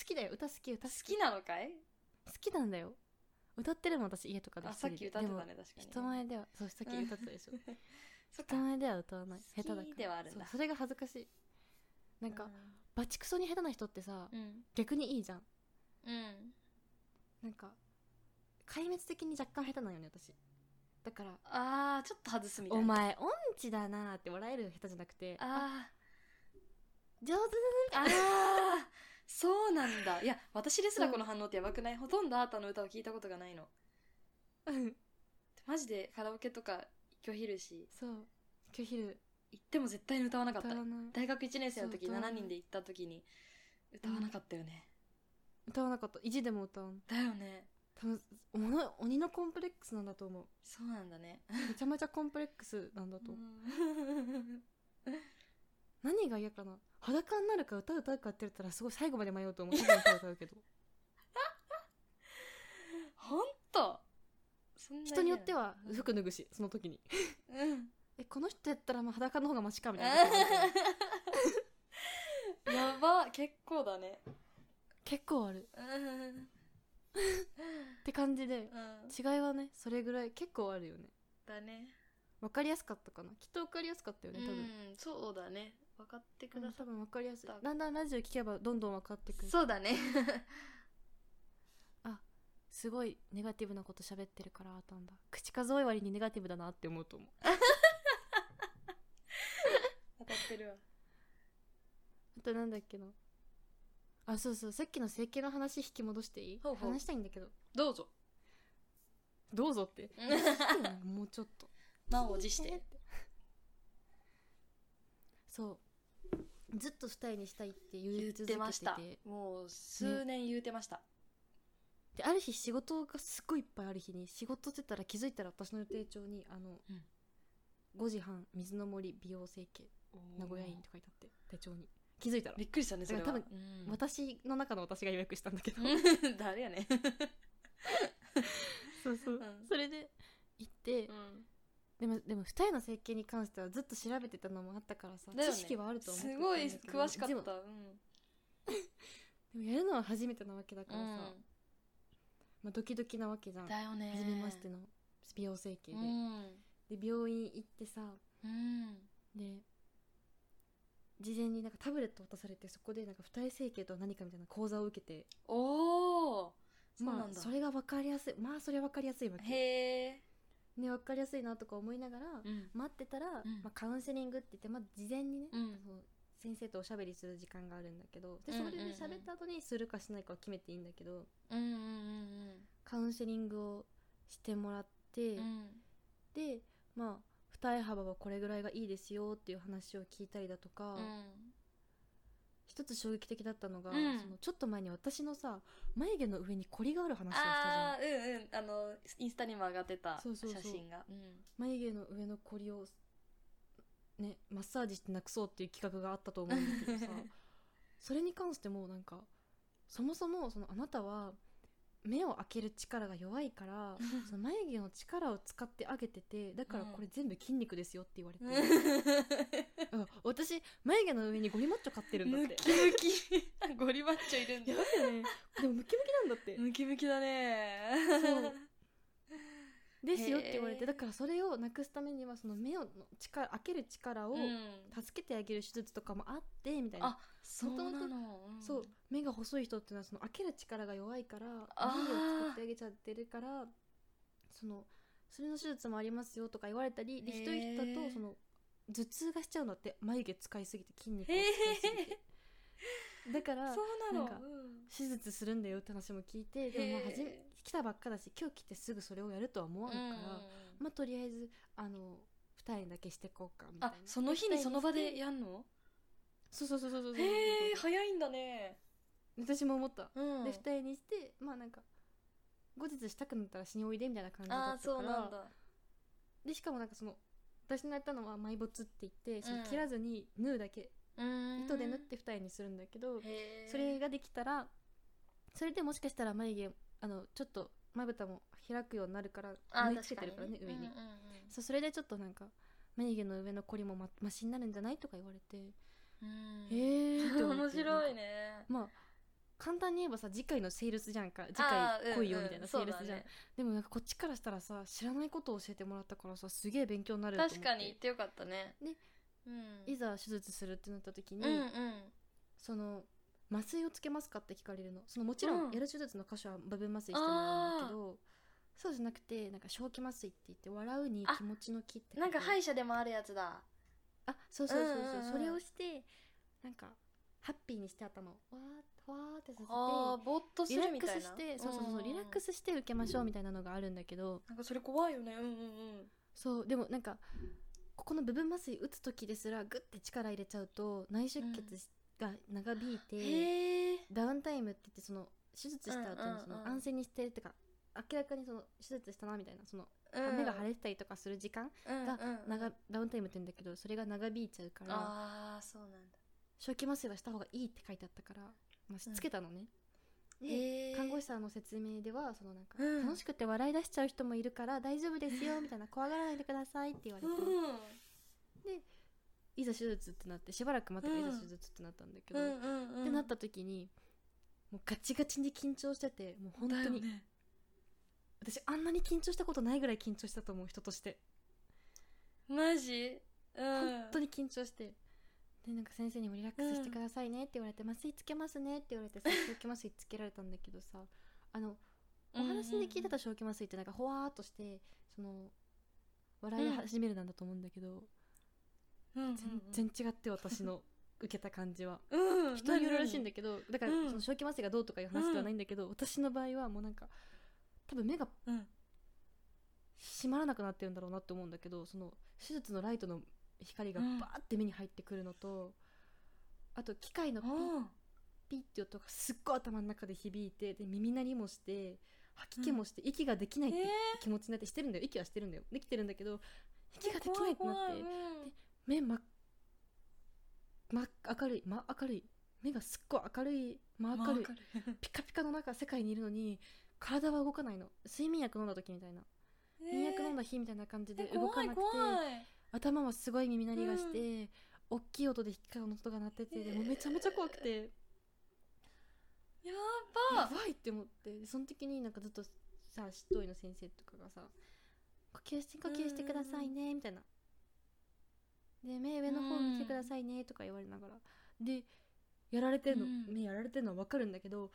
Speaker 1: きだよ歌好き歌
Speaker 2: 好
Speaker 1: 好き
Speaker 2: きなのかい
Speaker 1: 好きなんだよ歌ってるもん私家とかで
Speaker 2: あ
Speaker 1: 一
Speaker 2: さっ
Speaker 1: 人
Speaker 2: き
Speaker 1: で
Speaker 2: 歌ってた
Speaker 1: で
Speaker 2: ね
Speaker 1: も
Speaker 2: 確かに
Speaker 1: 人前ではそうさっき歌ってたでしょ
Speaker 2: そっ
Speaker 1: 人
Speaker 2: か
Speaker 1: 前では歌わない下手だから
Speaker 2: 好きではあるん
Speaker 1: そ
Speaker 2: だ
Speaker 1: うそれが恥ずかしいなんか、バチクソに下手な人ってさ、
Speaker 2: うん
Speaker 1: 逆にいいじゃん
Speaker 2: うん
Speaker 1: なんか壊滅的に若干下手なんよね私だから
Speaker 2: あーちょっと外すみたい
Speaker 1: お
Speaker 2: な
Speaker 1: 前音痴だなーって笑える下手じゃなくて
Speaker 2: あ
Speaker 1: 上手だ <laughs> な
Speaker 2: ーあー <laughs> そうなんだいや私ですらこの反応ってやばくないほとんどアータンの歌を聞いたことがないの
Speaker 1: うん
Speaker 2: マジでカラオケとか拒否るし
Speaker 1: そう今日昼
Speaker 2: 行っても絶対に歌わなかっ
Speaker 1: 歌
Speaker 2: た
Speaker 1: わない
Speaker 2: 大学1年生の
Speaker 1: そ
Speaker 2: 時
Speaker 1: う歌わない
Speaker 2: 7人で行った時に歌わなかったよね、
Speaker 1: 歌わなかった意地でも歌わん
Speaker 2: だよね
Speaker 1: 多分おの鬼のコンプレックスなんだと思う
Speaker 2: そうなんだね
Speaker 1: めちゃめちゃコンプレックスなんだと思う、何が嫌かな裸になるか歌う歌うかって言ったらすごい最後まで迷うと思う多分歌う歌うけど
Speaker 2: ほんとそんな
Speaker 1: 人によっては
Speaker 2: うん
Speaker 1: 服脱ぐしその時に
Speaker 2: うん
Speaker 1: えこの人やったらまあ裸の方がマシかみたいな
Speaker 2: やば結構だね
Speaker 1: 結構ある
Speaker 2: うん
Speaker 1: って感じで
Speaker 2: うん
Speaker 1: 違いはねそれぐらい結構あるよね
Speaker 2: だね
Speaker 1: わかりやすかったかなきっとわかりやすかったよ
Speaker 2: う
Speaker 1: ね多分、
Speaker 2: んそうだね分かってく
Speaker 1: う
Speaker 2: だ
Speaker 1: ん
Speaker 2: さ
Speaker 1: 多
Speaker 2: っ
Speaker 1: 分わかりやすい
Speaker 2: だ
Speaker 1: だんだんラジオ聞けばどんどん分かってく
Speaker 2: た
Speaker 1: る
Speaker 2: そうだね
Speaker 1: すごいネガティブなこと喋ってるからあったんだ口数多い割にネガティブだなって思うと思う
Speaker 2: 当たってるわ
Speaker 1: あとなんだっけなあそうそうさっきの整形の話引き戻していい
Speaker 2: ほうほう
Speaker 1: 話したいんだけど
Speaker 2: どうぞ
Speaker 1: どうぞって <laughs> 聞いてよもうちょっと
Speaker 2: 満を持して
Speaker 1: そうずっと二重にしたいって言
Speaker 2: 言
Speaker 1: い
Speaker 2: っ
Speaker 1: 続けて
Speaker 2: て
Speaker 1: て
Speaker 2: ましたもう数年言うてました
Speaker 1: である日仕事がすっごいいっぱいある日に仕事してたら気づいたら私の予定帳にあの、
Speaker 2: うん
Speaker 1: 5時半水の森美容整形名古屋院って書いてあって手帳に気づいたら、
Speaker 2: びっくりしたねそれは
Speaker 1: だから多
Speaker 2: うん
Speaker 1: 私の中の私が予約したんだ
Speaker 2: <laughs>
Speaker 1: けど
Speaker 2: うん誰やね
Speaker 1: そうそう、
Speaker 2: うん
Speaker 1: それで行って、
Speaker 2: ん
Speaker 1: でもでも二重の整形に関してはずっと調べてたのもあったからさ、
Speaker 2: だよね
Speaker 1: 知識はあると思う
Speaker 2: すごい詳しかった
Speaker 1: で
Speaker 2: うん
Speaker 1: もでもやるのは初めてなわけだからさ、まあ、ドキドキなわけじゃん
Speaker 2: だよね
Speaker 1: 初めましての美容整形
Speaker 2: う
Speaker 1: で、
Speaker 2: ん
Speaker 1: で病院行ってさ
Speaker 2: うん
Speaker 1: で事前になんかタブレット渡されてそこでなんか二重整形とは何かみたいな講座を受けて
Speaker 2: おおそう
Speaker 1: ま
Speaker 2: なん
Speaker 1: あ
Speaker 2: だ
Speaker 1: それが分かりやすいまあそれは分かりやすいわけ
Speaker 2: へえ
Speaker 1: ね分かりやすいなとか思いながら、
Speaker 2: うん
Speaker 1: 待ってたら、
Speaker 2: うん
Speaker 1: まあ、カウンセリングって言って、まあ、事前にね、
Speaker 2: うん
Speaker 1: そう先生とおしゃべりする時間があるんだけどで
Speaker 2: うん
Speaker 1: そ
Speaker 2: うんう
Speaker 1: れ
Speaker 2: ん
Speaker 1: で喋った後にするかしないかは決めていいんだけど、
Speaker 2: うんうんうん
Speaker 1: カウンセリングをしてもらって、
Speaker 2: うんうん
Speaker 1: でまあ二重幅はこれぐらいがいいですよっていう話を聞いたりだとか、
Speaker 2: うん
Speaker 1: 一つ衝撃的だったのが、
Speaker 2: うん
Speaker 1: そのちょっと前に私のさ眉毛の上にコリがある話をしたじゃん
Speaker 2: ああうんうんあのインスタにも上がってた
Speaker 1: そうそ
Speaker 2: 写
Speaker 1: うそう
Speaker 2: 真がうん
Speaker 1: 眉毛の上のコリをね
Speaker 2: <laughs>
Speaker 1: マッサージしてなくそうっていう企画があったと思うんだけどさそれに関してもなんかそもそもそのあなたは目を開ける力が弱いから
Speaker 2: <laughs>
Speaker 1: その眉毛の力を使ってあげててだから
Speaker 2: うん
Speaker 1: これ全部筋肉ですよって言われて、
Speaker 2: ム
Speaker 1: うん私眉毛の上にゴリマッチョ買ってるんだって
Speaker 2: キム
Speaker 1: <laughs>
Speaker 2: キゴリマッチョいるんだ
Speaker 1: やばいよねでもムキムキなんだって
Speaker 2: ムキムキだね
Speaker 1: そうですよって言われ
Speaker 2: へ
Speaker 1: て
Speaker 2: ー
Speaker 1: だからそれをなくすためにはその目をの力開ける力を
Speaker 2: ん
Speaker 1: 助けてあげる手術とかもあってみたいな
Speaker 2: あ、そうなの、ん
Speaker 1: そう目が細い人っていうのはその開ける力が弱いから
Speaker 2: あー
Speaker 1: 眉毛を作ってあげちゃってるからそのそれの手術もありますよとか言われたりで
Speaker 2: へ
Speaker 1: ひ
Speaker 2: ー
Speaker 1: どい人だとその頭痛がしちゃうんだって眉毛使いすぎて筋肉を
Speaker 2: へ
Speaker 1: 使
Speaker 2: え
Speaker 1: いすぎてだ
Speaker 2: <laughs>
Speaker 1: から
Speaker 2: そうなの
Speaker 1: なんか
Speaker 2: うん
Speaker 1: 手術するんだよって話も聞いてでもまあ
Speaker 2: へー
Speaker 1: 初め来たばっかだし今日来てすぐそれをやるとは思わんから、
Speaker 2: うん
Speaker 1: まあとりあえずあの二人だけしてこうかみたい
Speaker 2: あ
Speaker 1: な
Speaker 2: その日にその場で
Speaker 1: や
Speaker 2: やんの
Speaker 1: そうそうそうそうそうそう
Speaker 2: へえ早いんだね
Speaker 1: 私も思った
Speaker 2: うん
Speaker 1: で二人にしてまあなんか後日したくなったら死においでみたいな感じだ
Speaker 2: あ
Speaker 1: っ
Speaker 2: あ
Speaker 1: た
Speaker 2: そ
Speaker 1: か
Speaker 2: うなん
Speaker 1: ら
Speaker 2: だ
Speaker 1: でしかもなんかその私のやったのは埋没って言ってその
Speaker 2: うん
Speaker 1: 切らずに縫うだけ、
Speaker 2: うん
Speaker 1: 糸で縫って二重にするんだけど、
Speaker 2: へえ
Speaker 1: それができたらそれでもしかしたら眉毛あのちょっとまぶたも開くようになるから
Speaker 2: あ
Speaker 1: 縫い
Speaker 2: ー
Speaker 1: 付けてるからね
Speaker 2: 確
Speaker 1: 上
Speaker 2: に
Speaker 1: に、
Speaker 2: うんうんうん
Speaker 1: そうそれでちょっとなんか眉毛の上のコリもまマシになるんじゃないとか言われて、
Speaker 2: うん
Speaker 1: へえ <laughs>
Speaker 2: 面白いね
Speaker 1: まあ簡単に言えばさ次回のセールスじゃんか次
Speaker 2: あー
Speaker 1: 回来いよ
Speaker 2: うん
Speaker 1: み
Speaker 2: うん
Speaker 1: たいなセ
Speaker 2: そ
Speaker 1: ー
Speaker 2: う
Speaker 1: ル
Speaker 2: だ
Speaker 1: ス
Speaker 2: ね
Speaker 1: じゃん、でもなんかこっちからしたらさ知らないことを教えてもらったからさすげえ勉強になると思って
Speaker 2: 確かに言ってよかったね
Speaker 1: ね
Speaker 2: うん
Speaker 1: いざ手術するってなった時に、
Speaker 2: うんうん
Speaker 1: その麻酔をつけますかって聞かれるのそのもちろ
Speaker 2: うん
Speaker 1: んやる手術の箇所は部分麻酔してもらうんだけど、そうじゃなくてなんか正気麻酔って言って笑うに気持ちの気って書いて
Speaker 2: なんか歯医者でもあるやつだ
Speaker 1: あそうそうそうそう,、
Speaker 2: うんうんうん
Speaker 1: それをしてなんかハッピーにして頭をわーわーってさせて
Speaker 2: あーぼーっとす
Speaker 1: リラ
Speaker 2: る
Speaker 1: ッ
Speaker 2: み
Speaker 1: ク
Speaker 2: た
Speaker 1: ス
Speaker 2: いな
Speaker 1: してそうそうそう、
Speaker 2: んんん
Speaker 1: リラックスして受けましょうみたいなのがあるんだけど
Speaker 2: なんかそれ怖いよねうんうんうん
Speaker 1: そうでもなんかここの部分麻酔打つ時ですらグッて力入れちゃうと内出血しが長引いて、
Speaker 2: へえ
Speaker 1: ダウンタイムって言ってその手術した後
Speaker 2: うんうんう
Speaker 1: の
Speaker 2: ん
Speaker 1: その安静にしてるってか明らかにその手術したなみたいなその目が腫れてたりとかする時間が長、ダウンタイムって言うんだけどそれが長引いちゃうから
Speaker 2: ああーそうなんだ
Speaker 1: 正気麻酔はした方がいいって書いてあったから、まあ、しつけたのね。で
Speaker 2: へえ
Speaker 1: 看護師さんの説明ではそのなんか、
Speaker 2: うん
Speaker 1: 楽しくて笑い出しちゃう人もいるから大丈夫ですよみたいな怖がらないでくださいって言われて、いざ手術ってなってしばらく待ってから
Speaker 2: う
Speaker 1: い
Speaker 2: ん
Speaker 1: ざ手術ってなったんだけ
Speaker 2: う
Speaker 1: ど、
Speaker 2: ん
Speaker 1: っ
Speaker 2: うんうん
Speaker 1: てなった時にもうガチガチに緊張しててもう本当に、
Speaker 2: だよね
Speaker 1: 私あんなに緊張したことないぐらい緊張したと思う人として、
Speaker 2: マジうん
Speaker 1: 本当に緊張して。でなんか先生にもリラックスしてくださいねって言われて、麻酔つけますねって言われてさ正気麻酔つけられたんだけどさあのお話で聞いてた正気麻酔ってなんかほわーっとしてその笑い始めるなんだと思うんだけど、
Speaker 2: うんうんうん
Speaker 1: 全然違って私の受けた感じは
Speaker 2: うん
Speaker 1: 人によるらしいん
Speaker 2: だ
Speaker 1: だけどだから
Speaker 2: うん
Speaker 1: その正気麻酔がどうとかいう話ではないんだけど、私の場合はもうなんか多分目が
Speaker 2: けど
Speaker 1: 閉まらなくなってるんだろうなって思うんだけどその手術のライトの光がバーって目に入ってくるのと、あと機械のピッピッって音がすっごい頭の中で響いてで耳鳴りもして吐き気もして、息ができないって気持ちになってしてるんだよ息はしてるんだよできてるんだけど息ができないってなって目真っ真っ明るい真明るい目がすっごい明るい真明るいピカピカの中世界にいるのに体は動かないの睡眠薬飲んだ時みたいな <laughs> 眠薬飲んだ
Speaker 2: だ
Speaker 1: 日みたいな感じで
Speaker 2: え
Speaker 1: 動かなくて
Speaker 2: 怖い怖い
Speaker 1: 頭はすごい耳鳴りがして、大きい音で光の音が鳴っててでもめちゃめちゃ怖くて。
Speaker 2: や
Speaker 1: や
Speaker 2: ば
Speaker 1: ばいって思ってその時になんかずっとさ執刀医の先生とかがさ「呼吸して呼吸してくださいね」みたいな「で目上の方見てくださいね」とか言われながらでやられてるの、
Speaker 2: うん
Speaker 1: 目やられてるのは分かるんだけど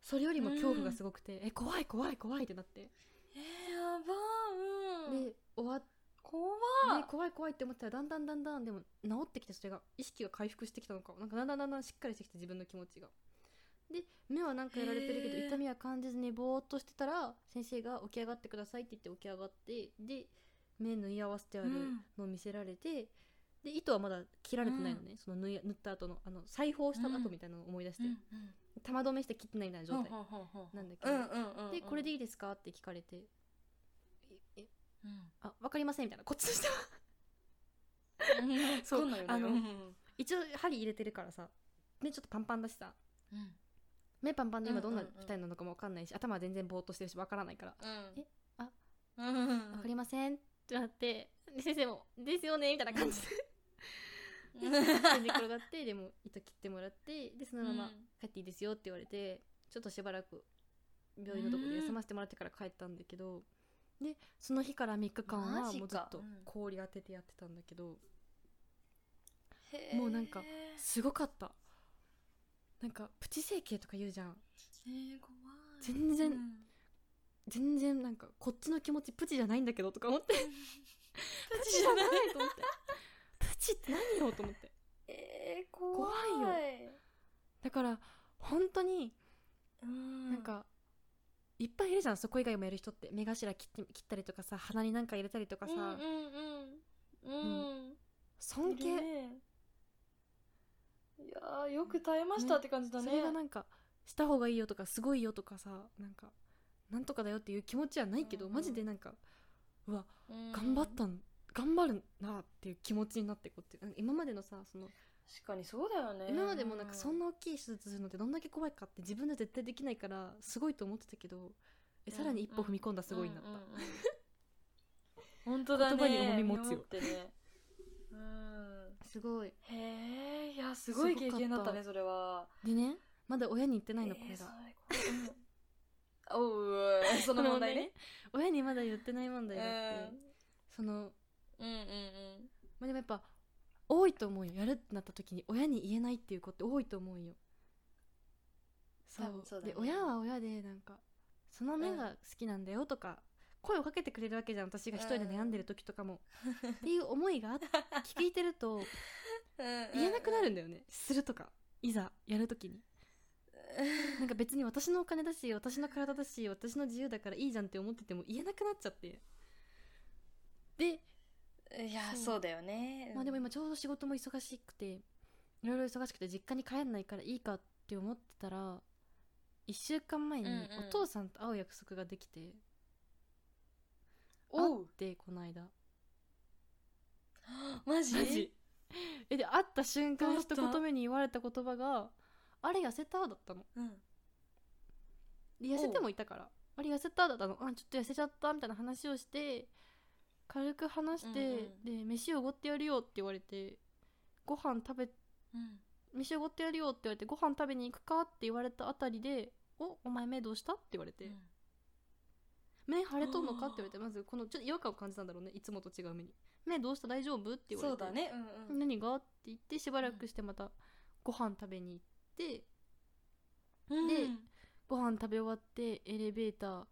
Speaker 1: それよりも恐怖がすごくて「え怖い怖い怖い」ってなって、
Speaker 2: えーやばうん
Speaker 1: で終わって
Speaker 2: 怖
Speaker 1: 怖い怖いって思ってたらだんだんだんだんでも治ってきてそれが意識が回復してきたのかなんかだんだんだんだんしっかりしてきて自分の気持ちが。で目はなんかやられてるけど
Speaker 2: へー
Speaker 1: 痛みは感じずにぼーっとしてたら先生が「起き上がってください」って言って起き上がってで目縫い合わせてある
Speaker 2: うん
Speaker 1: のを見せられて、で糸はまだ切られてないのね、その縫い縫った後のあの裁縫した後みたいなのを思い出して、玉止めして切ってないみたいな状態なんだけど、でこれでいいですかって聞かれて「ええあわかりません」みたいなこっちとしてはそうあの一応針入れてるからさねちょっとパンパンだしさ目パンパンで今どんな
Speaker 2: うんうんうん
Speaker 1: 二人なのかもわかんないし、頭は全然ぼーっとしてるしわからないから
Speaker 2: うん
Speaker 3: えあ
Speaker 2: うん
Speaker 3: わかりませんってなってで先生も「ですよね」みたいな
Speaker 1: <laughs>
Speaker 3: 感じで転がってでも糸切ってもらってでそのまま
Speaker 2: うん
Speaker 1: 帰っていいですよって言われてちょっとしばらく病院のとこで休ませてもらってから帰ったんだけど、でその日から3日間
Speaker 2: マ
Speaker 1: は
Speaker 2: ジか
Speaker 1: もうずっと
Speaker 2: うん
Speaker 1: 氷当ててやってたんだけど、
Speaker 2: へー
Speaker 1: もうなんかすごかったなんかプチ整形とか言うじゃん
Speaker 2: えー怖い
Speaker 1: 全然
Speaker 2: うん
Speaker 1: 全然なんかこっちの気持ちプチじゃないんだけどとか思ってプチじゃないと思ってプチって何よと思って
Speaker 2: えー怖い
Speaker 1: 怖いだから本当に
Speaker 2: うん
Speaker 1: なんか、いっぱいいるじゃんそこ以外もやる人って目頭切って切ったりとかさ鼻になんか入れたりとかさ、
Speaker 2: うんうんうんうん
Speaker 1: 尊
Speaker 2: いる
Speaker 1: 敬、
Speaker 2: ねいやーよく耐えましたって感じだ
Speaker 1: そ
Speaker 2: ね
Speaker 1: れがなんかした方がいいよとかすごいよとかさなんかなんとかだよっていう気持ちはないけど、
Speaker 2: うんうん
Speaker 1: マジでなんかうわ
Speaker 2: うん
Speaker 1: 頑張ったん、頑張るなっていう気持ちになってこうってなんか今までのさその
Speaker 2: 確かにそうだよね
Speaker 1: 今までもなんかそんな大きい手術するのってどんだけ怖いかって自分では絶対できないからすごいと思ってたけどえさらに一歩踏み込んだすごいになった、
Speaker 2: う
Speaker 1: <laughs>
Speaker 2: んうんうん本当だね
Speaker 1: 言葉に重み持つよ
Speaker 2: 思ってねうん
Speaker 1: すごい
Speaker 2: へえいやすごい経験だったねそれは
Speaker 1: でねまだ親に言ってないのこ
Speaker 2: えー
Speaker 1: れ
Speaker 2: そ
Speaker 1: が、
Speaker 2: れうんおうおいその問題ね
Speaker 1: <laughs> この問題ね親にまだ言ってない問題があって、
Speaker 2: うん
Speaker 1: その
Speaker 2: うんうん
Speaker 1: まあでもやっぱ多いと思うよやるってなった時に親に言えないっていう子って多いと思うよそう
Speaker 2: 多分そうだね
Speaker 1: で親は親でなんかその目が好きなんだよとか、声をかけてくれるわけじゃん私が一人で悩んでる時とかも、っていう思いがあって聞いてると
Speaker 2: うん
Speaker 1: 言えなくなるんだよねするとかいざやる時になんか別に私のお金だし私の体だし私の自由だからいいじゃんって思ってても言えなくなっちゃってで
Speaker 2: うんいや
Speaker 1: そう
Speaker 2: そうだよね
Speaker 1: まあでも今ちょうど仕事も忙しくていろいろ忙しくて実家に帰んないからいいかって思ってたら1週間前に
Speaker 2: うんうん
Speaker 1: お父さんと会う約束ができて、
Speaker 2: お
Speaker 1: 会
Speaker 2: う
Speaker 1: ってこの間
Speaker 2: <gasps> マジ
Speaker 1: マジえで会った瞬間
Speaker 2: どう
Speaker 1: 一
Speaker 2: した
Speaker 1: 言目に言われた言葉が「あれ痩せた?」だったの
Speaker 2: うん
Speaker 1: で痩せてもいたから「あれ痩せた?」だったの「あちょっと痩せちゃった」みたいな話をして軽く話して、
Speaker 2: うん
Speaker 1: で「飯おごってやるよ」って言われてご飯食べて
Speaker 2: うん
Speaker 1: 飯おごってやるよって言われてご飯食べに行くかって言われたあたりで「おお前目どうした?」って言われて「目腫れとんのか?」って言われてまずこのちょっと違和感を感じたんだろうねいつもと違う目に「目どうした大丈夫?」って言われ
Speaker 2: そ
Speaker 1: て
Speaker 2: うだねうんうん
Speaker 1: 何が?」って言ってしばらくしてまたご飯食べに行ってで
Speaker 2: うん
Speaker 1: ご飯食べ終わってエレベーター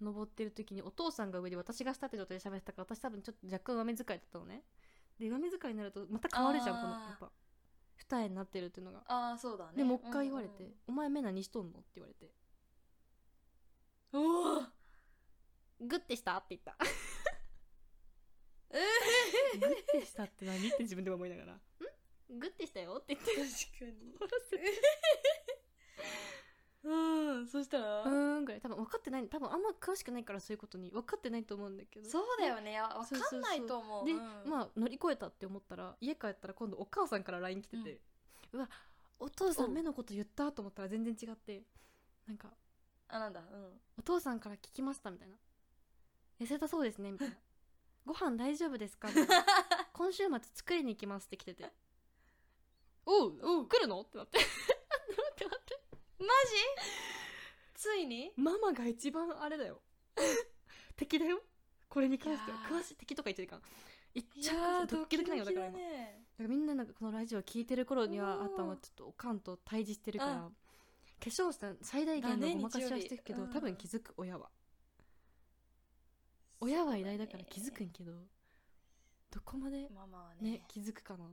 Speaker 1: 登ってる時にお父さんが上で私が下って状態で喋ってたから私多分ちょっと若干上目遣いだったのねで上目遣いになるとまた変わるじゃんこの
Speaker 2: あー
Speaker 1: やっぱ二重になってるっていうのが
Speaker 2: ああそうだね
Speaker 1: でもう一回言われ
Speaker 2: う
Speaker 1: て
Speaker 2: んうん
Speaker 1: 「お前目何しとんの?」って言われて
Speaker 2: うわ
Speaker 1: 「グッてした?」って言った
Speaker 2: え
Speaker 1: 「グッてしたって何?」って自分でも思いながら「んグッてしたよ」って言って
Speaker 2: ー確かにうんそした
Speaker 1: <laughs>
Speaker 2: ら
Speaker 1: うーんぐらい多分分かってない多分あんま詳しくないからそういうことに分かってないと思うんだけど
Speaker 2: そうだよねわわ
Speaker 1: そうそうそ
Speaker 2: か
Speaker 1: うん
Speaker 2: ないと思う
Speaker 1: で、
Speaker 2: うん
Speaker 1: まあ乗り越えたって思ったら家帰ったら今度お母さんから LINE 来てて、うわお父さ
Speaker 2: お
Speaker 1: ん
Speaker 2: う
Speaker 1: 目のこと言ったと思ったら全然違ってなんか
Speaker 2: あなんだうん
Speaker 1: お父さんから聞きましたみたいな痩せたそうですねみたい <laughs> なご飯大丈夫ですかみたいな <laughs> 今週末作りに行きますって来てておうおう来るのってなって <laughs> 待って待って
Speaker 2: マジついに
Speaker 1: ママが一番あれだよ <laughs> 敵だよこれに関してはい
Speaker 2: やー
Speaker 1: 詳しい敵とか言っちゃいかん一番ドッキドキなんよだから今
Speaker 2: ね
Speaker 1: だからみんななんかこのラジオ聞いてる頃には
Speaker 2: おー
Speaker 1: あったはちょっとおかんと対峙してるから
Speaker 2: う
Speaker 1: 化粧した最大限のごまかし
Speaker 2: だ
Speaker 1: は
Speaker 2: ね
Speaker 1: してるけ
Speaker 2: 日
Speaker 1: ど、
Speaker 2: 曜日
Speaker 1: 多
Speaker 2: う
Speaker 1: 分
Speaker 2: ん
Speaker 1: 気づく親は親は偉大だから気づくんけど、どこまで
Speaker 2: ママはね
Speaker 1: ね気づくかな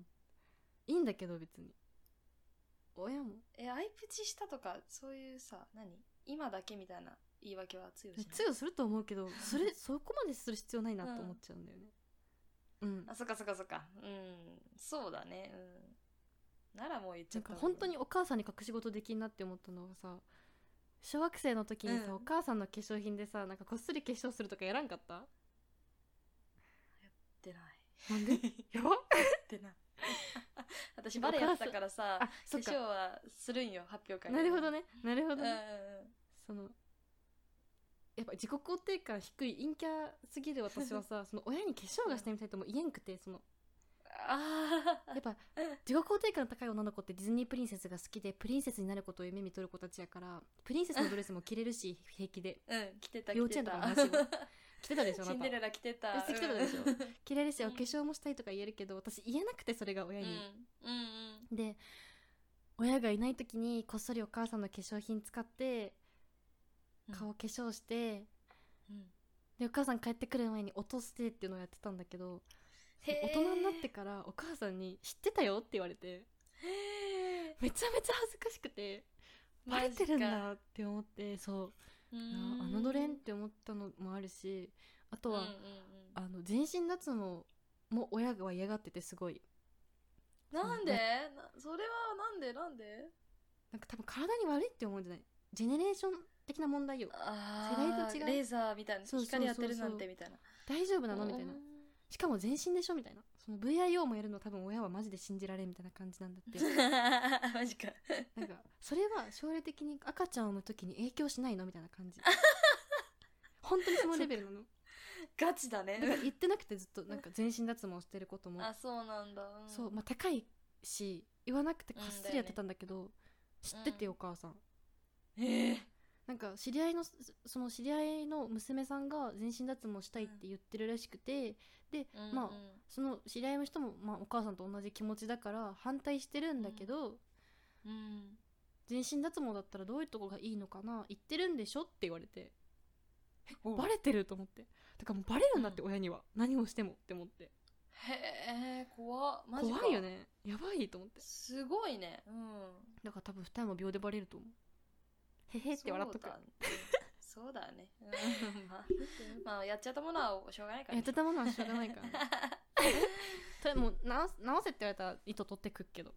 Speaker 1: いいんだけど別に親も
Speaker 2: えアイプチしたとかそういうさ何今だけみたいな言い訳は通用しない
Speaker 1: 通用すると思うけ
Speaker 2: <laughs>
Speaker 1: どそれそこまでする必要ないなと思っちゃうんだよねうん、
Speaker 2: あそっかそっかそっかうんそうだねうんならもう言っち
Speaker 1: な
Speaker 2: ゃ
Speaker 1: ん
Speaker 2: った
Speaker 1: か
Speaker 2: もん
Speaker 1: 本当にお母さんに隠し事できんなって思ったのがさ小学生の時にさ、
Speaker 2: うん
Speaker 1: お母さんの化粧品でさなんかこっそり化粧するとかやらんかった
Speaker 2: 出ない <laughs>
Speaker 1: なんでやば <laughs>
Speaker 2: 出ない私バレエやってたからさ
Speaker 1: あ
Speaker 2: 化
Speaker 1: そっ
Speaker 2: 粧
Speaker 1: か
Speaker 2: はするんよ発表会で
Speaker 1: なるほどねなるほ
Speaker 2: う
Speaker 1: ど
Speaker 2: んうん
Speaker 1: ね、そのやっぱ自己肯定感低い陰キャすぎる私は
Speaker 2: <laughs>
Speaker 1: さその親に化粧がしてみたいとも言えんくてその
Speaker 2: ああ
Speaker 1: やっぱ自己肯定感高い女の子ってディズニープリンセスが好きでプリンセスになることを夢見とる子たちやからプリンセスのドレスも着れるし
Speaker 2: <laughs>
Speaker 1: 平気で
Speaker 2: うん着てた
Speaker 1: 幼
Speaker 2: 着
Speaker 1: 稚園
Speaker 2: て
Speaker 1: とかの
Speaker 2: た <laughs>
Speaker 1: 話も着てたでしょあ
Speaker 2: シ
Speaker 1: な
Speaker 2: ン
Speaker 1: た
Speaker 2: デレラ着てた
Speaker 1: え着てたでしょ
Speaker 2: うん
Speaker 1: 着れるし
Speaker 2: うん
Speaker 1: お化粧もしたいとか言えるけど私言えなくてそれが親
Speaker 2: うん
Speaker 1: に、
Speaker 2: うんうん
Speaker 1: で親がいない時にこっそりお母さんの化粧品使って
Speaker 2: うん
Speaker 1: 顔化粧して、
Speaker 2: うん
Speaker 1: でお母さん帰ってくる前に落としてっていうのをやってたんだけど
Speaker 2: へー
Speaker 1: 大人になってからお母さんに「知ってたよ」って言われて
Speaker 2: へー
Speaker 1: めちゃめちゃ恥ずかしくてバ
Speaker 2: マ
Speaker 1: レ
Speaker 2: ジか
Speaker 1: てるんだって思ってそうう
Speaker 2: ー
Speaker 1: あ
Speaker 2: ん
Speaker 1: のどれんって思ったのもあるしあとは、
Speaker 2: うんうんうん
Speaker 1: あの全身脱毛も親が嫌がっててすごい
Speaker 2: なんでなそれはなんでなんで
Speaker 1: なんか多分体に悪いって思うんじゃないジェネレーション的な問題よ
Speaker 2: あ
Speaker 1: ー
Speaker 2: 世代と違うレーザーみたいな
Speaker 1: そうそうそうそう
Speaker 2: 光当てるなんてみたいな
Speaker 1: 大丈夫なのみたいなしかも全身でしょみたいなその VIO もやるの多分親はマジで信じられんみたいな感じなんだって
Speaker 2: <laughs> マジか <laughs>
Speaker 1: なんかそれは将来的に赤ちゃんを産む時に影響しないのみたいな感 <laughs> じ本当にそのレベルなの
Speaker 2: ガチだ
Speaker 1: なん
Speaker 2: ね
Speaker 1: か言ってなくてずっとなんか全身脱毛してることも
Speaker 2: あそうなんだん
Speaker 1: そうまあ高いし言わなくてこっそりやってたんだけど、知ってて
Speaker 2: うん
Speaker 1: お母さん、
Speaker 2: ええ
Speaker 1: なんか知り合いのその知り合いの娘さんが全身脱毛したいって言ってるらしくて、まあ
Speaker 2: うんうん
Speaker 1: その知り合いの人も、まあ、お母さんと同じ気持ちだから反対してるんだけど、
Speaker 2: うん
Speaker 1: 全身脱毛だったらどういうとこがいいのかな言ってるんでしょって言われて
Speaker 2: お
Speaker 1: バレてると思ってだからもうバレるんだって親には、何をしてもって思って
Speaker 2: へえ怖っマジか
Speaker 1: 怖いよねやばいと思って
Speaker 2: すごいねうん
Speaker 1: だから多分二人も秒でバレると思うへへって笑っとく
Speaker 2: そうだ <laughs> ねそうだねうんまあまあやっちゃったものはしょうがないから
Speaker 1: やっ
Speaker 2: ね
Speaker 1: てたものはしょうがない
Speaker 2: <laughs>
Speaker 1: からねそれもう直す直せって言われたら糸取ってくっけど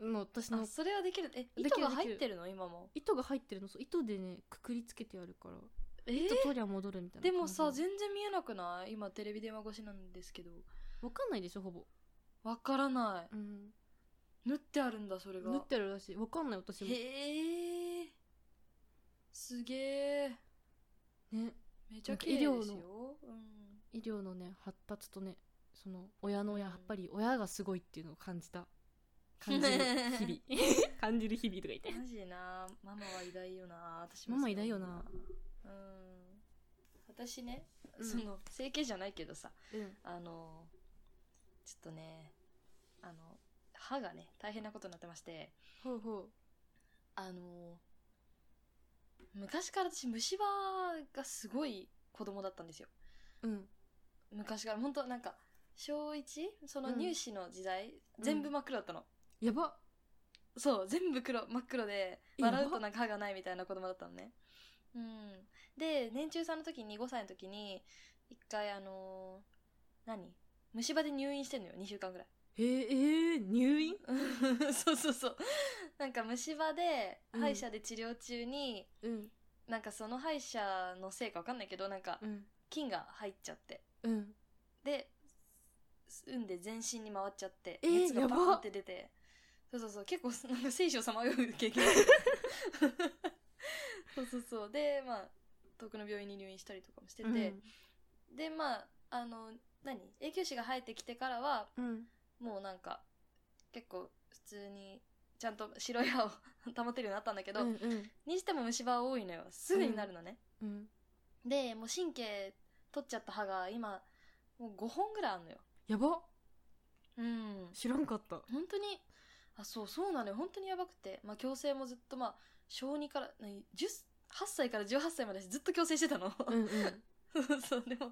Speaker 1: もう私の
Speaker 2: あそれはできるえ
Speaker 1: できる
Speaker 2: 糸が
Speaker 1: できる
Speaker 2: 入ってるの今も
Speaker 1: 糸が入ってるのそう糸でねくくりつけてやるから
Speaker 2: えー
Speaker 1: 糸取りゃ戻るみたいな
Speaker 2: でもさ
Speaker 1: 感じな
Speaker 2: 全然見えなくない今テレビ電話越しなんですけど
Speaker 1: のわかんないでしょほぼ、
Speaker 2: わからな
Speaker 1: うん、
Speaker 2: い縫ってあるんだそれが
Speaker 1: 縫ってあるらしいわかんない私も
Speaker 2: へえすげえ
Speaker 1: ね
Speaker 2: めちゃ綺麗です
Speaker 1: なんか医療
Speaker 2: よ、うん、
Speaker 1: 医療のね発達とねその親のやっぱり親がすごいっていうのを感じた感じる日 <laughs> 々感じる日々とか言って
Speaker 2: マジなママは偉大よな私
Speaker 1: ママ偉大よな
Speaker 2: うん私ね、
Speaker 1: うん
Speaker 2: その整形じゃないけどさ
Speaker 1: うん
Speaker 2: あのちょっとねあの歯がね大変なことになってまして
Speaker 1: ほうほ
Speaker 2: あの昔から私虫歯がすごい子供だったんですよ
Speaker 1: ううん
Speaker 2: 昔から本当なんか小 1? その
Speaker 1: うん
Speaker 2: 入試の時代、
Speaker 1: うん
Speaker 2: 全部真っ黒だったの、
Speaker 1: やば
Speaker 2: そう全部黒真っ黒で
Speaker 1: やば
Speaker 2: 笑うとなんか歯がないみたいな子供だったのねうんで年中さんの時に5歳の時に一回あのー何虫歯で入院してんのよ2週間ぐ
Speaker 1: <laughs>
Speaker 2: らい
Speaker 1: へええー、入院
Speaker 2: そうそうそうなんか虫歯で
Speaker 1: うん
Speaker 2: 歯医者で治療中に、
Speaker 1: うん
Speaker 2: なんかその歯医者のせいかわかんないけどなんか
Speaker 1: うん
Speaker 2: 菌が入っちゃって
Speaker 1: うん
Speaker 2: で産んで全身に回っちゃって、
Speaker 1: えー
Speaker 2: 熱がバ
Speaker 1: や
Speaker 2: ーン
Speaker 1: ば
Speaker 2: って出てそうそうそう結構なんか生死をさまよう
Speaker 1: <laughs>
Speaker 2: 経験そうそうそうでまあ遠くの病院に入院したりとかもしてて、でまああの何永久歯が生えてきてからは
Speaker 1: うん
Speaker 2: もうなんか結構普通にちゃんと白い歯を <laughs> 保てるようになったんだけど、
Speaker 1: うんうん
Speaker 2: にしても虫歯は多いのよすぐになるのね、
Speaker 1: うん
Speaker 2: でもう神経取っちゃった歯が今もう5本ぐらいあるのよ
Speaker 1: やば
Speaker 2: うん
Speaker 1: 知らんかった
Speaker 2: 本当にあそうそうなのよ本当にやばくてまあ矯正もずっとまあ小2から何10 8歳から18歳までずっと矯正してたの、
Speaker 1: うんうん
Speaker 2: <laughs> そうでも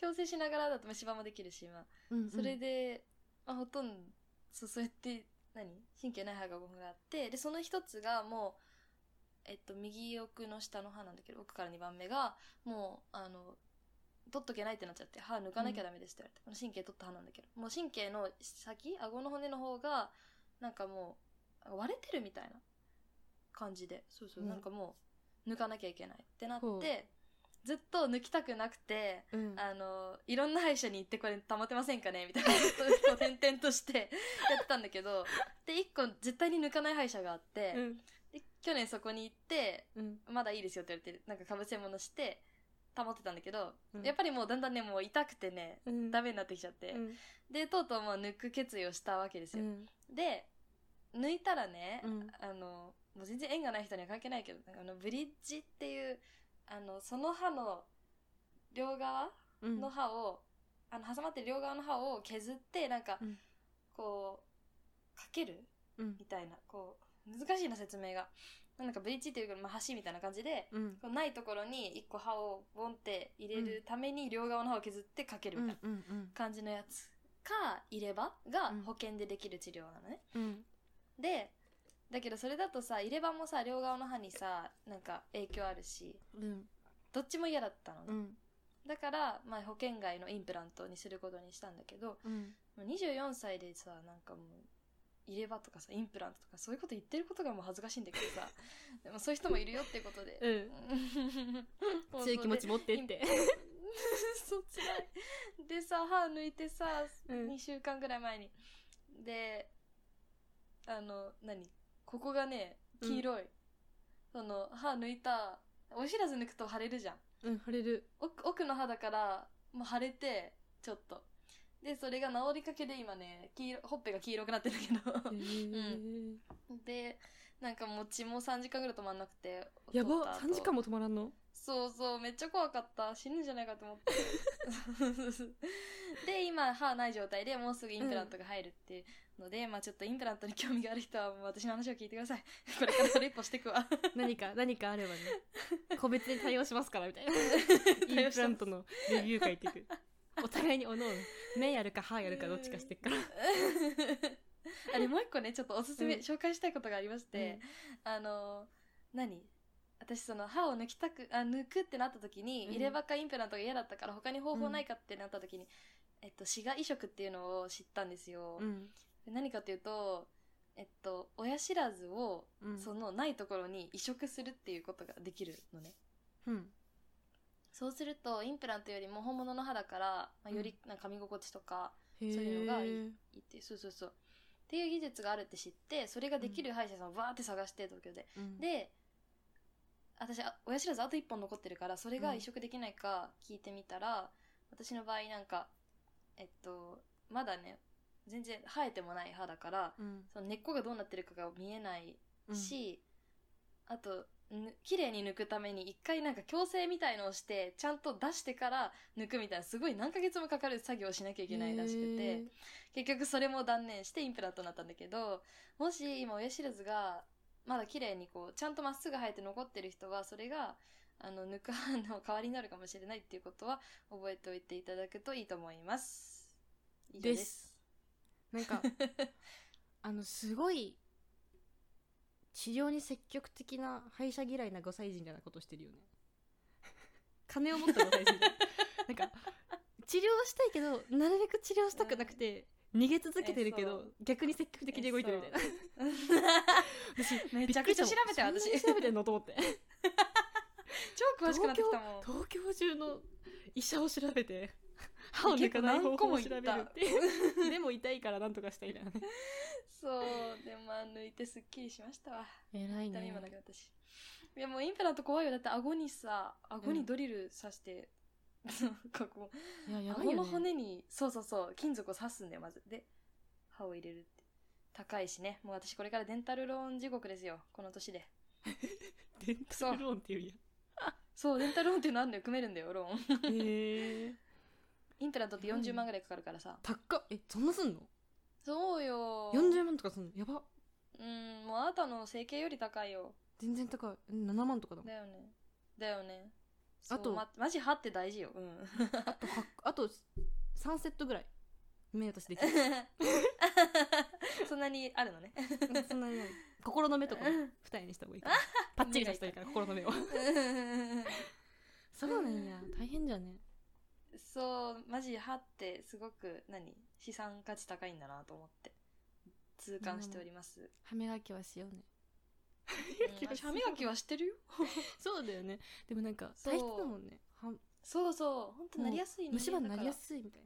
Speaker 2: 矯正しながらだと虫歯もできるし、まあ、
Speaker 1: うん
Speaker 2: それで、まあ、ほとんどそうそうやって何神経ない歯が5本ぐらいあってでその一つがもうえっと右奥の下の歯なんだけど奥から2番目がもうあの取っとけないってなっちゃって歯抜かなきゃダメですって言われて、この神経取った歯なんだけどもう神経の先顎の骨の方がなんかもう割れてるみたいな感じでそうそう、
Speaker 1: うん
Speaker 2: なんかもう抜かなきゃいけないってなっ
Speaker 1: ほう
Speaker 2: てずっと抜きたくなくて、
Speaker 1: うん
Speaker 2: あの、いろんな歯医者に行ってこれ溜まってませんかね
Speaker 1: <laughs>
Speaker 2: みたいな、ずっとこう転々として <laughs> やってたんだけど、で、一個絶対に抜かない歯医者があって、
Speaker 1: うん
Speaker 2: で去年そこに行って、
Speaker 1: うん
Speaker 2: まだいいですよって言われて、なんかかぶせ物して、溜まってたんだけど、
Speaker 1: うん
Speaker 2: やっぱりもうだんだんね、もう痛くてね、
Speaker 1: うん
Speaker 2: ダメになってきちゃって、
Speaker 1: うん
Speaker 2: で、とうとうもう抜く決意をしたわけです
Speaker 1: う
Speaker 2: よ。
Speaker 1: ん
Speaker 2: で、抜いたらね、
Speaker 1: うん
Speaker 2: あの、もう全然縁がない人には関係ないけど、なんかあの、ブリッジっていう、あの、その歯の両側
Speaker 1: うん
Speaker 2: の歯を、あの、挟まってる両側の歯を削って、なんか、
Speaker 1: うん
Speaker 2: こう、かける
Speaker 1: うん
Speaker 2: みたいな、こう、難しいな説明が。なんかブリッジっていうか、まあ、橋みたいな感じで、
Speaker 1: うん
Speaker 2: こうないところに一個歯をボンって入れるために両側の歯を削ってかけるみたいな
Speaker 1: うんうん
Speaker 2: 感じのやつか、入れ歯が
Speaker 1: うん
Speaker 2: 保険でできる治療なのね。
Speaker 1: うん
Speaker 2: でだけどそれだとさ入れ歯もさ両側の歯にさなんか影響あるし
Speaker 1: うん
Speaker 2: どっちも嫌だったのね、
Speaker 1: うん
Speaker 2: だから、まあ、保険外のインプラントにすることにしたんだけど
Speaker 1: うん
Speaker 2: もう24歳でさなんかもう入れ歯とかさインプラントとかそういうこと言ってることがもう恥ずかしいんだけど
Speaker 1: <laughs>
Speaker 2: さでもそういう人もいるよっていうことで、
Speaker 1: うん
Speaker 2: うん
Speaker 1: 強い気持ち持ってっ
Speaker 2: イン
Speaker 1: て
Speaker 2: プ <laughs> そう辛いでさ歯抜いてさ
Speaker 1: うん
Speaker 2: 2週間ぐらい前にであの何ここがね黄色い、その歯抜いたお知らず抜くと腫れるじゃん
Speaker 1: <laughs> うん腫れる
Speaker 2: 奥奥の歯だからもう腫れてちょっとでそれが治りかけで今ね黄色ほっぺが黄色くなってるけ
Speaker 1: へー
Speaker 2: どでなんかもう血も3時間ぐらい止まんなくて
Speaker 1: や
Speaker 2: 取っ
Speaker 1: ば
Speaker 2: た後
Speaker 1: 3時間も止まらんの
Speaker 2: そうそう、めっちゃ怖かった。死ぬんじゃないかと
Speaker 1: <laughs>
Speaker 2: 思って。で、今、歯ない状態でもうすぐインプラントが入るっていうので、まあちょっとインプラントに興味がある人はもう私の話を聞いてください。 <laughs> これからそれ一歩して
Speaker 1: <laughs>
Speaker 2: くわ。
Speaker 1: 何か何かあ <laughs> ればね個別に対応しますからみたい <laughs> なイ
Speaker 2: イ
Speaker 1: ンプラントのレビュー会っていく <laughs> お互いにおのおの目やるか歯やるかどっちかしてっ <laughs> から
Speaker 2: あれ、もう一個ね、ちょっとおすすめ、
Speaker 1: うん
Speaker 2: 紹介したいことがありまして、あの、何私その歯を抜きたく、あ、抜くってなった時に、
Speaker 1: うん
Speaker 2: 入れ歯かインプラントが嫌だったから他に方法ないかってなった時に、えっと、歯が移植っていうのを知ったんですよ。
Speaker 1: うん
Speaker 2: で何かというと、えっと、親知らずを
Speaker 1: うん
Speaker 2: そのないところに移植するっていうことができるのね。
Speaker 1: うん
Speaker 2: そうすると、インプラントよりも本物の歯だから、まあ、
Speaker 1: うん
Speaker 2: よりなんか噛み心地とか
Speaker 1: そう
Speaker 2: いうのがいいいいって、そうそうそう。っていう技術があるって知って、それができる歯医者さんをバーって探して、東京で。で、私、あ親知らずあと1本残ってるから、それが移植できないか聞いてみたら、私の場合なんか、えっと、まだね、全然生えてもない歯だから、
Speaker 1: うん
Speaker 2: その根っこがどうなってるかが見えないし、あとぬ綺麗に抜くために一回なんか矯正みたいのをしてちゃんと出してから抜くみたいなすごい何ヶ月もかかる作業をしなきゃいけないらしくて結局それも断念してインプラントになったんだけどもし今親知らずがまだ綺麗にこうちゃんとまっすぐ生えて残ってる人はそれがあの抜く歯の代わりになるかもしれないっていうことは覚えておいていただくといいと思います。以上です。
Speaker 1: なん
Speaker 2: <laughs>
Speaker 1: かあのすごい治療に積極的な歯医者嫌いな5歳児みたいなことしてるよね金を持った5歳児みたいななんか治療したいけどなるべく治療したくなくて、逃げ続けてるけ
Speaker 2: えそ
Speaker 1: ど
Speaker 2: う
Speaker 1: 逆に積極的に動いてるみたいな <laughs> 私
Speaker 2: めちゃくちゃ調べたよ
Speaker 1: びっくり
Speaker 2: 私
Speaker 1: したもんそんなに調べてんのと思って
Speaker 2: 超詳しくなってきたもん。
Speaker 1: 東京中の医者を調べて <laughs> 歯を抜かない方
Speaker 2: 結構何個
Speaker 1: 法
Speaker 2: も
Speaker 1: を
Speaker 2: 行
Speaker 1: 調
Speaker 2: った
Speaker 1: べるっていうでも痛いからなんとかしたい
Speaker 2: <laughs>
Speaker 1: みたいなね
Speaker 2: そう。で、まあ、抜いてすっきりしましたわ。
Speaker 1: 偉い
Speaker 2: 痛み
Speaker 1: ね
Speaker 2: もなくなったし。いや、もうインプラント怖いよ。だって顎にさ、顎にドリル刺して、なんかこう、
Speaker 1: いややばい
Speaker 2: 顎
Speaker 1: よ、ね、
Speaker 2: の骨に、 <laughs> そうそうそう、金属を刺すんだよ、まず。で、歯を入れるって。高いしね。もう私これからデンタルローン地獄ですよ。この年で。
Speaker 1: デンタルローンっていうや
Speaker 2: そう、デンタルローンっていうのあるんだよ。組めるんだよ、ローン。
Speaker 1: へえ
Speaker 2: インプラントって40万ぐらいかかるからさ。
Speaker 1: 高っえそんなすんの
Speaker 2: そうよ。
Speaker 1: 40万とかすんのやば
Speaker 2: うん、もうあなたの整形より高いよ。
Speaker 1: 全然高い7万とかだもん
Speaker 2: だよね。だよね。
Speaker 1: あと
Speaker 2: そうま、マジ歯って大事よ。うん。
Speaker 1: あとはあと3セットぐらい目私でき
Speaker 2: <laughs>
Speaker 1: る
Speaker 2: そんなにある
Speaker 1: <laughs>
Speaker 2: のね。
Speaker 1: そんなにない心の目とかも二重にした方がい
Speaker 2: <laughs>
Speaker 1: いからパッチリさせたいから心の目をそうなんや大変じゃね
Speaker 2: そう、マジ歯ってすごく何資産価値高いんだなと思って。痛感しております。
Speaker 1: 歯磨きはしようね
Speaker 2: うん歯磨きはしてるよ。
Speaker 1: そうだよねでもなんか
Speaker 2: そう
Speaker 1: 大変だもんねは
Speaker 2: そうそう本当なりやすい人間
Speaker 1: 虫歯に
Speaker 2: だ
Speaker 1: な
Speaker 2: から
Speaker 1: りやすいみたい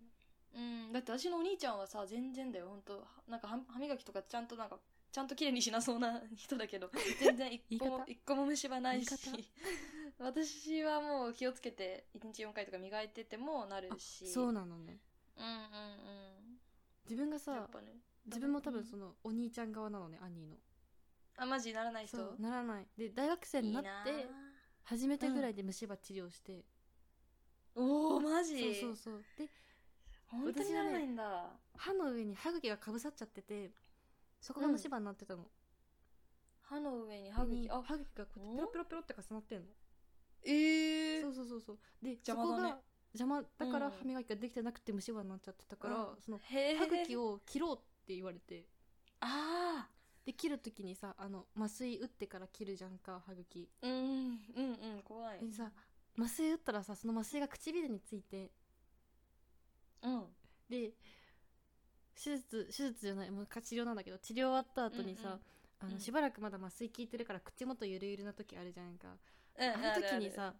Speaker 1: な
Speaker 2: うんだって私のお兄ちゃんはさ全然だよ本当なんかは歯磨きとかちゃんとなんかちゃんと綺麗にしなそうな人だけど <laughs> 全然一個も
Speaker 1: 言い方
Speaker 2: 一個も虫歯ないし
Speaker 1: 言い
Speaker 2: <laughs> 私はもう気をつけて1日4回とか磨いててもなる
Speaker 1: あ
Speaker 2: し
Speaker 1: そうなのね
Speaker 2: うんうんうん
Speaker 1: 自分が
Speaker 2: やっ
Speaker 1: さ
Speaker 2: ぱね
Speaker 1: 自分も多
Speaker 2: う
Speaker 1: 分
Speaker 2: ん
Speaker 1: そのお兄ちゃん側なのね兄の
Speaker 2: あマジならない人
Speaker 1: そうならないで大学生
Speaker 2: い
Speaker 1: に
Speaker 2: い
Speaker 1: な
Speaker 2: な
Speaker 1: って
Speaker 2: ぁ
Speaker 1: 初めてぐらいで虫歯治療して、
Speaker 2: おおマジ
Speaker 1: そうそうそうで
Speaker 2: 本当にならないんだ
Speaker 1: 歯の上に歯茎がかぶさっちゃっててそこが虫歯になってたの、
Speaker 2: 歯の上に歯
Speaker 1: に
Speaker 2: 茎
Speaker 1: 歯
Speaker 2: あ
Speaker 1: 茎がこうやってペロペロペロって重なってんの
Speaker 2: ええ
Speaker 1: そうそうそうそうでそ
Speaker 2: 邪魔
Speaker 1: こ
Speaker 2: だね
Speaker 1: が邪魔だから
Speaker 2: うん
Speaker 1: 歯磨きができてなくて虫歯になっちゃってたから、
Speaker 2: うん
Speaker 1: その
Speaker 2: へえ
Speaker 1: 歯茎を切ろうって言われ
Speaker 2: <laughs>
Speaker 1: て
Speaker 2: ああ
Speaker 1: で切る時にさあの麻酔打ってから切るじゃんか歯茎
Speaker 2: うんうんうん怖い
Speaker 1: でさ麻酔打ったらさその麻酔が唇について
Speaker 2: うん
Speaker 1: で手術手術じゃないもうか治療なんだけど治療終わった後にさ、
Speaker 2: んうん
Speaker 1: あ
Speaker 2: うん
Speaker 1: のしばらくまだ麻酔効いてるから口元ゆるゆるな時あるじゃんか、
Speaker 2: うん
Speaker 1: あの時にさ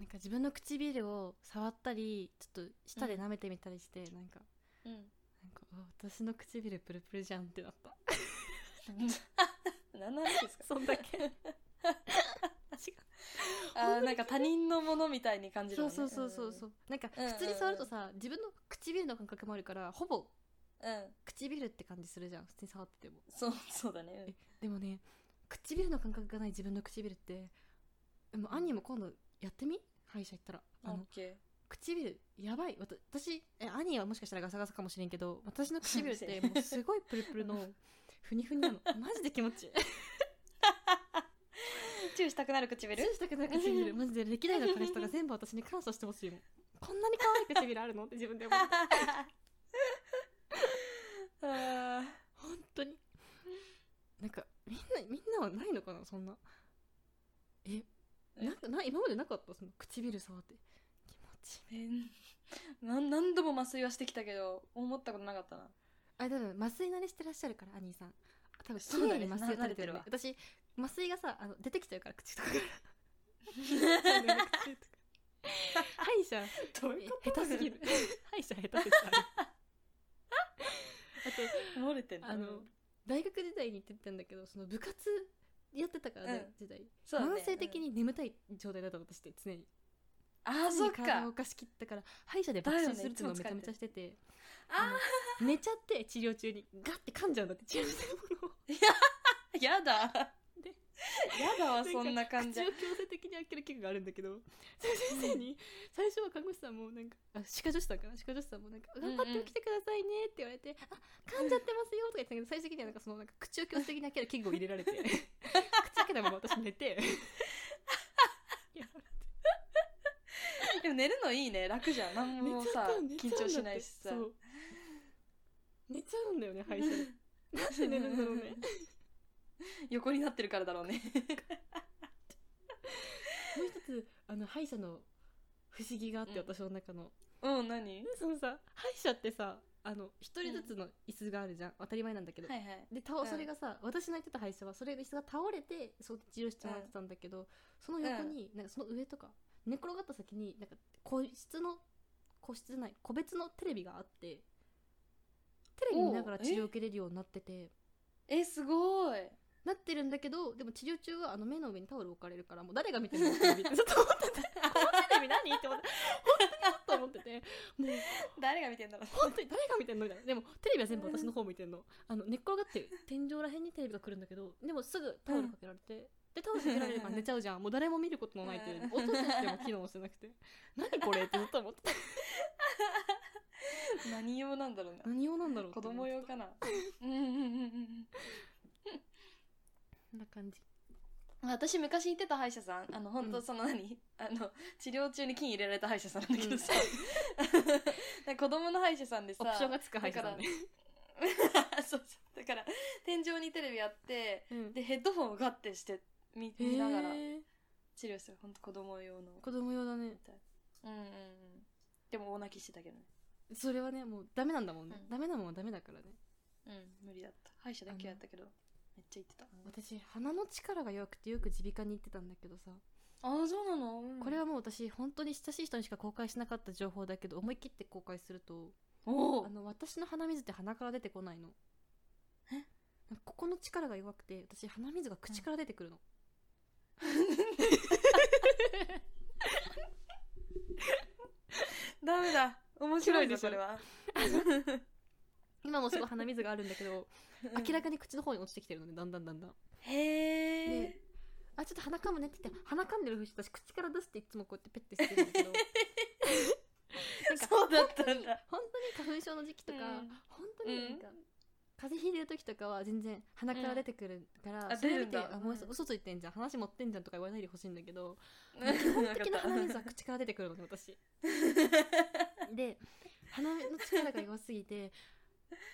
Speaker 1: なんか自分の唇を触ったりちょっと舌で舐めてみたりして、なんか
Speaker 2: あるあるうん
Speaker 1: なんかあ私の唇プルプルじゃんってなった
Speaker 2: <laughs> 何なんですか
Speaker 1: そんだけ <laughs> 違う
Speaker 2: あーなんか他人のものみたいに感じる
Speaker 1: そ
Speaker 2: も
Speaker 1: うん
Speaker 2: ね
Speaker 1: そうそうそうそうなんか
Speaker 2: うんうんうん
Speaker 1: 普通に触るとさ自分の唇の感覚もあるからほぼ
Speaker 2: うんうん
Speaker 1: 唇って感じするじゃん普通に触ってても
Speaker 2: そうそうだねう
Speaker 1: で
Speaker 2: ん
Speaker 1: もね唇の感覚がない自分の唇ってでも兄も今度やってみ歯医者行ったらあ
Speaker 2: オ
Speaker 1: の
Speaker 2: ッケ
Speaker 1: 唇やばいわた私え兄はもしかしたらガサガサかもしれんけど私の唇っ
Speaker 2: 先
Speaker 1: て
Speaker 2: 生
Speaker 1: もうすごいプルプルのふにふに <laughs> なのマジで気持ちいい
Speaker 2: ーチューしたくなる唇
Speaker 1: チューしたくなる唇マジで歴代の彼氏とか全部私に感謝してほしいもんこんなに可愛い唇あるのって自分で思う
Speaker 2: <laughs> あー
Speaker 1: 本当になんかみんなみんなはないのかなそんなえ
Speaker 2: え
Speaker 1: なんかな今までなかったその唇触って気持ちいい
Speaker 2: えーなん何度も麻酔はしてきたけど思ったことなかった
Speaker 1: <laughs>
Speaker 2: な
Speaker 1: あ多分麻酔慣れしてらっしゃるから兄さん多分綺
Speaker 2: そうだ
Speaker 1: 麗
Speaker 2: ね
Speaker 1: に麻酔打たれてる,、ね
Speaker 2: 慣れ
Speaker 1: 私麻酔がさあの出てきちゃうから口とかから口とか歯医者
Speaker 2: どういうこ
Speaker 1: 下
Speaker 2: と
Speaker 1: 手すぎる歯医者下手すぎるあ
Speaker 2: 漏れてん
Speaker 1: とあの大学時代に行ってたんだけどその部活やってたからね、時代
Speaker 2: そうだね
Speaker 1: 慢性的に眠たい状態だった私って常に
Speaker 2: ああ
Speaker 1: 常
Speaker 2: そ
Speaker 1: に
Speaker 2: っか
Speaker 1: 体を動かしきったから歯医者で爆
Speaker 2: だよ
Speaker 1: 睡するっ
Speaker 2: ね
Speaker 1: ていうのを
Speaker 2: いつ
Speaker 1: めちゃ
Speaker 2: も疲れ
Speaker 1: め
Speaker 2: て
Speaker 1: ちゃしてて
Speaker 2: あ
Speaker 1: 寝ちゃって治療中にガッて噛んじゃうんだって治療してるものを
Speaker 2: ーやだ
Speaker 1: で
Speaker 2: やだわそんな感じ
Speaker 1: 口を強制的に開ける器具があるんだけどその先生に最初は看護師さんもなんかあ歯科助手さんかな歯科助手さんもなんか「
Speaker 2: んうん
Speaker 1: 頑張って起きてくださいね」って言われて「あ噛んじゃってますよ」とか言ってたけど最終的にはなんかそのなんか口を強制的に開ける器具を入れら
Speaker 2: <laughs>
Speaker 1: れて口開けたまま私寝てやられて
Speaker 2: でも寝るのいいね楽じゃん何もさ
Speaker 1: 寝ちゃ
Speaker 2: 緊
Speaker 1: った
Speaker 2: 張
Speaker 1: んだって
Speaker 2: しないしさ
Speaker 1: そう寝ちゃうんだよね歯医
Speaker 2: <laughs>
Speaker 1: 者でなんで寝るんだろうね
Speaker 2: 横になってるからだろう
Speaker 1: <laughs>
Speaker 2: ね
Speaker 1: もう一つあの歯医者の不思議があって、
Speaker 2: うん
Speaker 1: 私の中の
Speaker 2: うん何
Speaker 1: でそのさ歯医者ってさあの一人ずつの椅子があるじゃん、当たり前なんだけど、
Speaker 2: はいはい
Speaker 1: で倒
Speaker 2: うん
Speaker 1: それがさ、私の行ってた歯医者はそれが椅子が倒れてそこで治療してもらってたんだけど、その横に、なんかその上とか寝転がった先になんか個室の個室じゃない個別のテレビがあってテレビ見ながら
Speaker 2: おう
Speaker 1: 治療を受けれるようになってて
Speaker 2: えすごい
Speaker 1: なってるんだけどでも治療中はあの目の上にタオル置かれるからもう誰が見てるのテレビっ
Speaker 2: <laughs>
Speaker 1: てちょっと思っててこのテレビ何って思って本当にもっと思っててもう
Speaker 2: 誰が見てんだろう
Speaker 1: 本当に誰が見てんのみたいなでもテレビは全部私の方見てんのあの寝っ転がって天井らへんにテレビが来るんだけどでもすぐタオルかけられて、でタオルかけられるから寝ちゃうじゃんもう誰も見ることのないテレビ
Speaker 2: うん
Speaker 1: 音としても機能してなくて何これってずっと思ってた
Speaker 2: 何用なんだろうな
Speaker 1: 何用なんだろう
Speaker 2: 子供用か
Speaker 1: な
Speaker 2: なうんうんうんうんうん
Speaker 1: そんな感じ
Speaker 2: 私昔行ってた歯医者さんあの本
Speaker 1: う
Speaker 2: 当
Speaker 1: ん
Speaker 2: その何、あの治療中に菌入れられた歯医者さんなんだけどさ、なんか子供の歯医者さんでさ
Speaker 1: オプションがつく歯医者だね
Speaker 2: そうそうだから天井にテレビあって
Speaker 1: うん
Speaker 2: でヘッドホンをガッてして見見ながら
Speaker 1: へー
Speaker 2: 治療してる本当子供用の
Speaker 1: 子供用だね
Speaker 2: うんうんうんでも大泣きしてたけどね
Speaker 1: それはねもうダメなんだもんね、
Speaker 2: うん
Speaker 1: ダメなもんはダメだからね
Speaker 2: うん無理だった歯医者だけはやったけどめっちゃ行ってた
Speaker 1: 私鼻の力が弱くてよく耳鼻科に行ってたんだけどさ
Speaker 2: あそうなの、うん
Speaker 1: これはもう私本当に親しい人にしか公開しなかった情報だけど思い切って公開すると
Speaker 2: おお
Speaker 1: あの私の鼻水って鼻から出てこないの
Speaker 2: え
Speaker 1: なんかここの力が弱くて私鼻水が口から出てくるの、
Speaker 2: ダメだ面白
Speaker 1: 面白
Speaker 2: い
Speaker 1: いで
Speaker 2: で
Speaker 1: しょ
Speaker 2: それは
Speaker 1: 今もすごい鼻水があるんだけど明らかに口の方に落ちてきてるのねだんだんだんだん
Speaker 2: へえ、
Speaker 1: ねあちょっと鼻かむねって言って鼻かんでるふうして私口から出していつもこうやってペッてしてるんだけどなんか
Speaker 2: そうだったんだ
Speaker 1: 本当に花粉症の時期とか、
Speaker 2: うん
Speaker 1: 本当になんか、風邪ひいてる時とかは全然鼻から出てくるから、
Speaker 2: うんあ
Speaker 1: それ見て
Speaker 2: 出るんだ
Speaker 1: あもう
Speaker 2: うん
Speaker 1: 嘘ついてんじゃん話持ってんじゃんとか言わないでほしいんだけど
Speaker 2: うん
Speaker 1: 基本的な鼻水
Speaker 2: わ
Speaker 1: は
Speaker 2: かっ
Speaker 1: 口から出てくるのね私
Speaker 2: <laughs> た
Speaker 1: で鼻の力が弱すぎて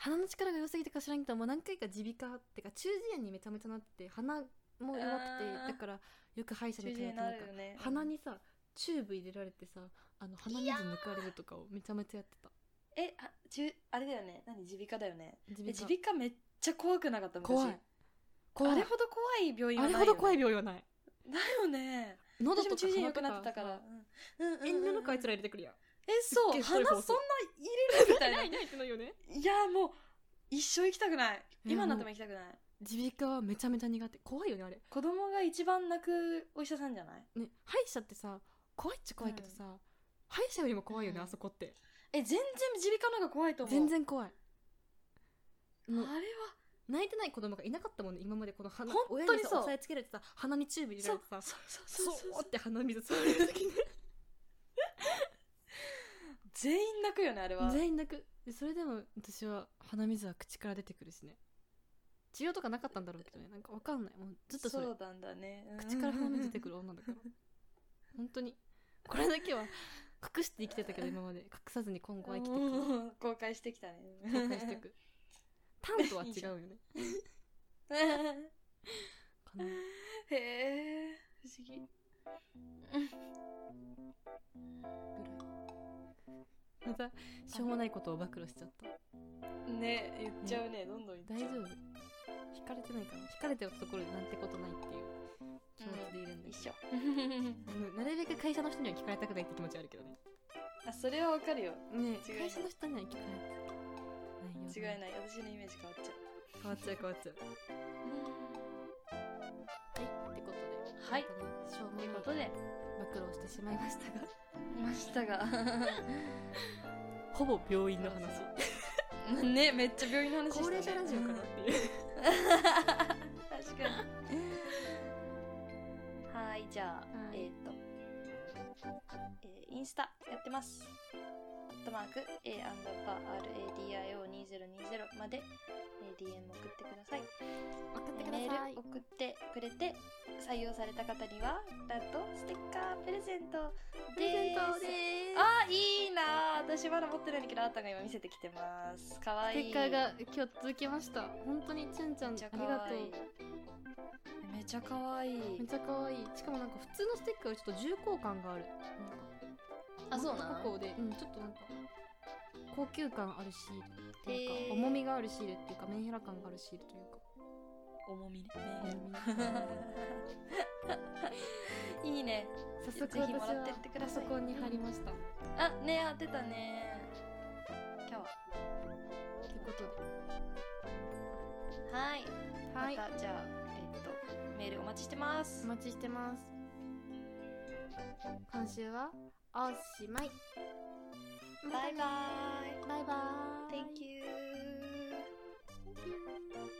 Speaker 1: 鼻の力が弱すぎてか知らんけどもう何回か耳鼻科ってか中耳炎にめちゃめちゃなって鼻も弱く
Speaker 2: あー
Speaker 1: てだからよく歯医者に
Speaker 2: 中
Speaker 1: 通って
Speaker 2: 耳
Speaker 1: なんか
Speaker 2: 炎なるよね
Speaker 1: 鼻にさチューブ入れられてさあの鼻水抜かれるとかをめちゃめちゃやってた
Speaker 2: えあ中あれだよね何耳鼻科だよねえ
Speaker 1: 耳
Speaker 2: 耳鼻科めっちゃ怖くなかった昔
Speaker 1: 怖い怖
Speaker 2: あ
Speaker 1: い
Speaker 2: れほど怖い病院
Speaker 1: あ
Speaker 2: は
Speaker 1: れ
Speaker 2: ない
Speaker 1: ほ
Speaker 2: よ、ね、
Speaker 1: ど怖い病院はない
Speaker 2: だよね
Speaker 1: 喉
Speaker 2: 私
Speaker 1: と
Speaker 2: も
Speaker 1: か
Speaker 2: 中耳炎良くなっ
Speaker 1: 鼻
Speaker 2: て
Speaker 1: とか
Speaker 2: たから
Speaker 1: さ
Speaker 2: うんうん
Speaker 1: え
Speaker 2: うんうん
Speaker 1: なのかあいつら入れてくるやん
Speaker 2: えそ
Speaker 1: すっげ
Speaker 2: う鼻
Speaker 1: え太い放
Speaker 2: そ
Speaker 1: 送
Speaker 2: んな入れるみたいな
Speaker 1: ないないってないよね
Speaker 2: いやもう一生行きたくない
Speaker 1: や
Speaker 2: 今になっても行きたくない
Speaker 1: 耳鼻科はめちゃめちゃ苦手怖いよねあれ
Speaker 2: 子供が一番泣くお医者さんじゃない
Speaker 1: ね歯医者ってさ怖いっちゃ怖いけどさ、歯医者よりも怖いよね、
Speaker 2: うん
Speaker 1: あそこって
Speaker 2: え全然耳鼻科の方が怖いと思う
Speaker 1: 全然怖い
Speaker 2: あれ
Speaker 1: もう
Speaker 2: は
Speaker 1: 泣いてない子供がいなかったもんね今までこの鼻
Speaker 2: 本当にそう
Speaker 1: 親にさ押さえつけられてさ鼻にチューブ入れら
Speaker 2: そ
Speaker 1: れ
Speaker 2: う
Speaker 1: てさ
Speaker 2: そうそう
Speaker 1: そ
Speaker 2: そううそう
Speaker 1: って鼻水吸われる時に
Speaker 2: 全員泣くよねあれは
Speaker 1: 全員泣くでそれでも私は鼻水は口から出てくるしね治療とかなかったんだろうけどねなんかわかんないもうずっとそれ
Speaker 2: そうなんだね
Speaker 1: 口から鼻水出てく
Speaker 2: る
Speaker 1: る女 <laughs> だから本当にこれだけは隠して生きて <laughs> たけど今まで隠さずに今
Speaker 2: <laughs>
Speaker 1: 後は生きていく
Speaker 2: 公開してきたね
Speaker 1: 公開していくタンとは違うよねかな
Speaker 2: <laughs> へえ不思議
Speaker 1: またしょうもないことを暴露しちゃった
Speaker 2: ね言っちゃうねどんどん言っちゃ
Speaker 1: 大丈夫引かれ
Speaker 2: う
Speaker 1: てないかな引かれてるところでなんてことないっていう気持ちでいるんで、
Speaker 2: 一緒
Speaker 1: うんなるべく会社の人には聞かれたくないって気持ちはあるけどね
Speaker 2: あそれはわかるよ
Speaker 1: ね
Speaker 2: 違い
Speaker 1: 会
Speaker 2: ない
Speaker 1: 社の人には聞かれた
Speaker 2: 違
Speaker 1: く
Speaker 2: い
Speaker 1: ないよ
Speaker 2: ない私のイメージ変わっち
Speaker 1: 変
Speaker 2: ゃう
Speaker 1: わっちゃう変わっちゃうはいってことでなんかねしょうもな
Speaker 2: はいと
Speaker 1: いいうこ
Speaker 2: こと
Speaker 1: とで
Speaker 2: で
Speaker 1: 暴露してしまいましたが <laughs>
Speaker 2: ましたが
Speaker 1: ほ
Speaker 2: <laughs>
Speaker 1: ぼ病院
Speaker 2: の
Speaker 1: の
Speaker 2: 話
Speaker 1: 話 <laughs>
Speaker 2: ねめっちゃ病院の話したね
Speaker 1: 高齢者ラジオかなっていう
Speaker 2: 確かにはいじゃあ、
Speaker 1: はい
Speaker 2: えっ、と、えーインスタやってますアットマーク A アンダーバー RADIO2020 まで、えー DM 送ってください
Speaker 1: 送ってくだ
Speaker 2: メ
Speaker 1: さ
Speaker 2: ー
Speaker 1: い
Speaker 2: ル送ってくれて採用された方にはなんとステッカープレゼントです
Speaker 1: プレゼントで
Speaker 2: あいいなー私まだ持ってないんだけどあったが今見せてきてますかわ
Speaker 1: す
Speaker 2: いい
Speaker 1: ステッカーが今日続きました本当にちゅんちゃんあ
Speaker 2: め
Speaker 1: り
Speaker 2: ちゃ
Speaker 1: が
Speaker 2: か
Speaker 1: と
Speaker 2: わいいう
Speaker 1: め
Speaker 2: めちゃかわいい
Speaker 1: っちゃ可愛いしかもなんか普通のステッカーよりちょっと重厚感がある
Speaker 2: あそう
Speaker 1: な
Speaker 2: な
Speaker 1: か
Speaker 2: んの
Speaker 1: 高で、うん、ちょっとなんか高級感あるシールっていうか、
Speaker 2: へー
Speaker 1: 重みがあるシールっていうかメンヘラ感があるシールというか
Speaker 2: <laughs> 重みね
Speaker 1: 重み
Speaker 2: <laughs> いいね
Speaker 1: 早
Speaker 2: ぜ
Speaker 1: 速
Speaker 2: ひ
Speaker 1: 私
Speaker 2: もら
Speaker 1: は
Speaker 2: ってってく
Speaker 1: パ
Speaker 2: だ
Speaker 1: ソ
Speaker 2: さい
Speaker 1: コンに貼りました、
Speaker 2: あね当てたね今日は
Speaker 1: ということで
Speaker 2: はい
Speaker 1: はい
Speaker 2: またじゃあえっとメールお待ちしてます
Speaker 1: お待ちしてます今週はおしまいまた
Speaker 2: バイ
Speaker 1: ね
Speaker 2: バ
Speaker 1: バ
Speaker 2: イ
Speaker 1: イバイ
Speaker 2: Thank you
Speaker 1: Thank you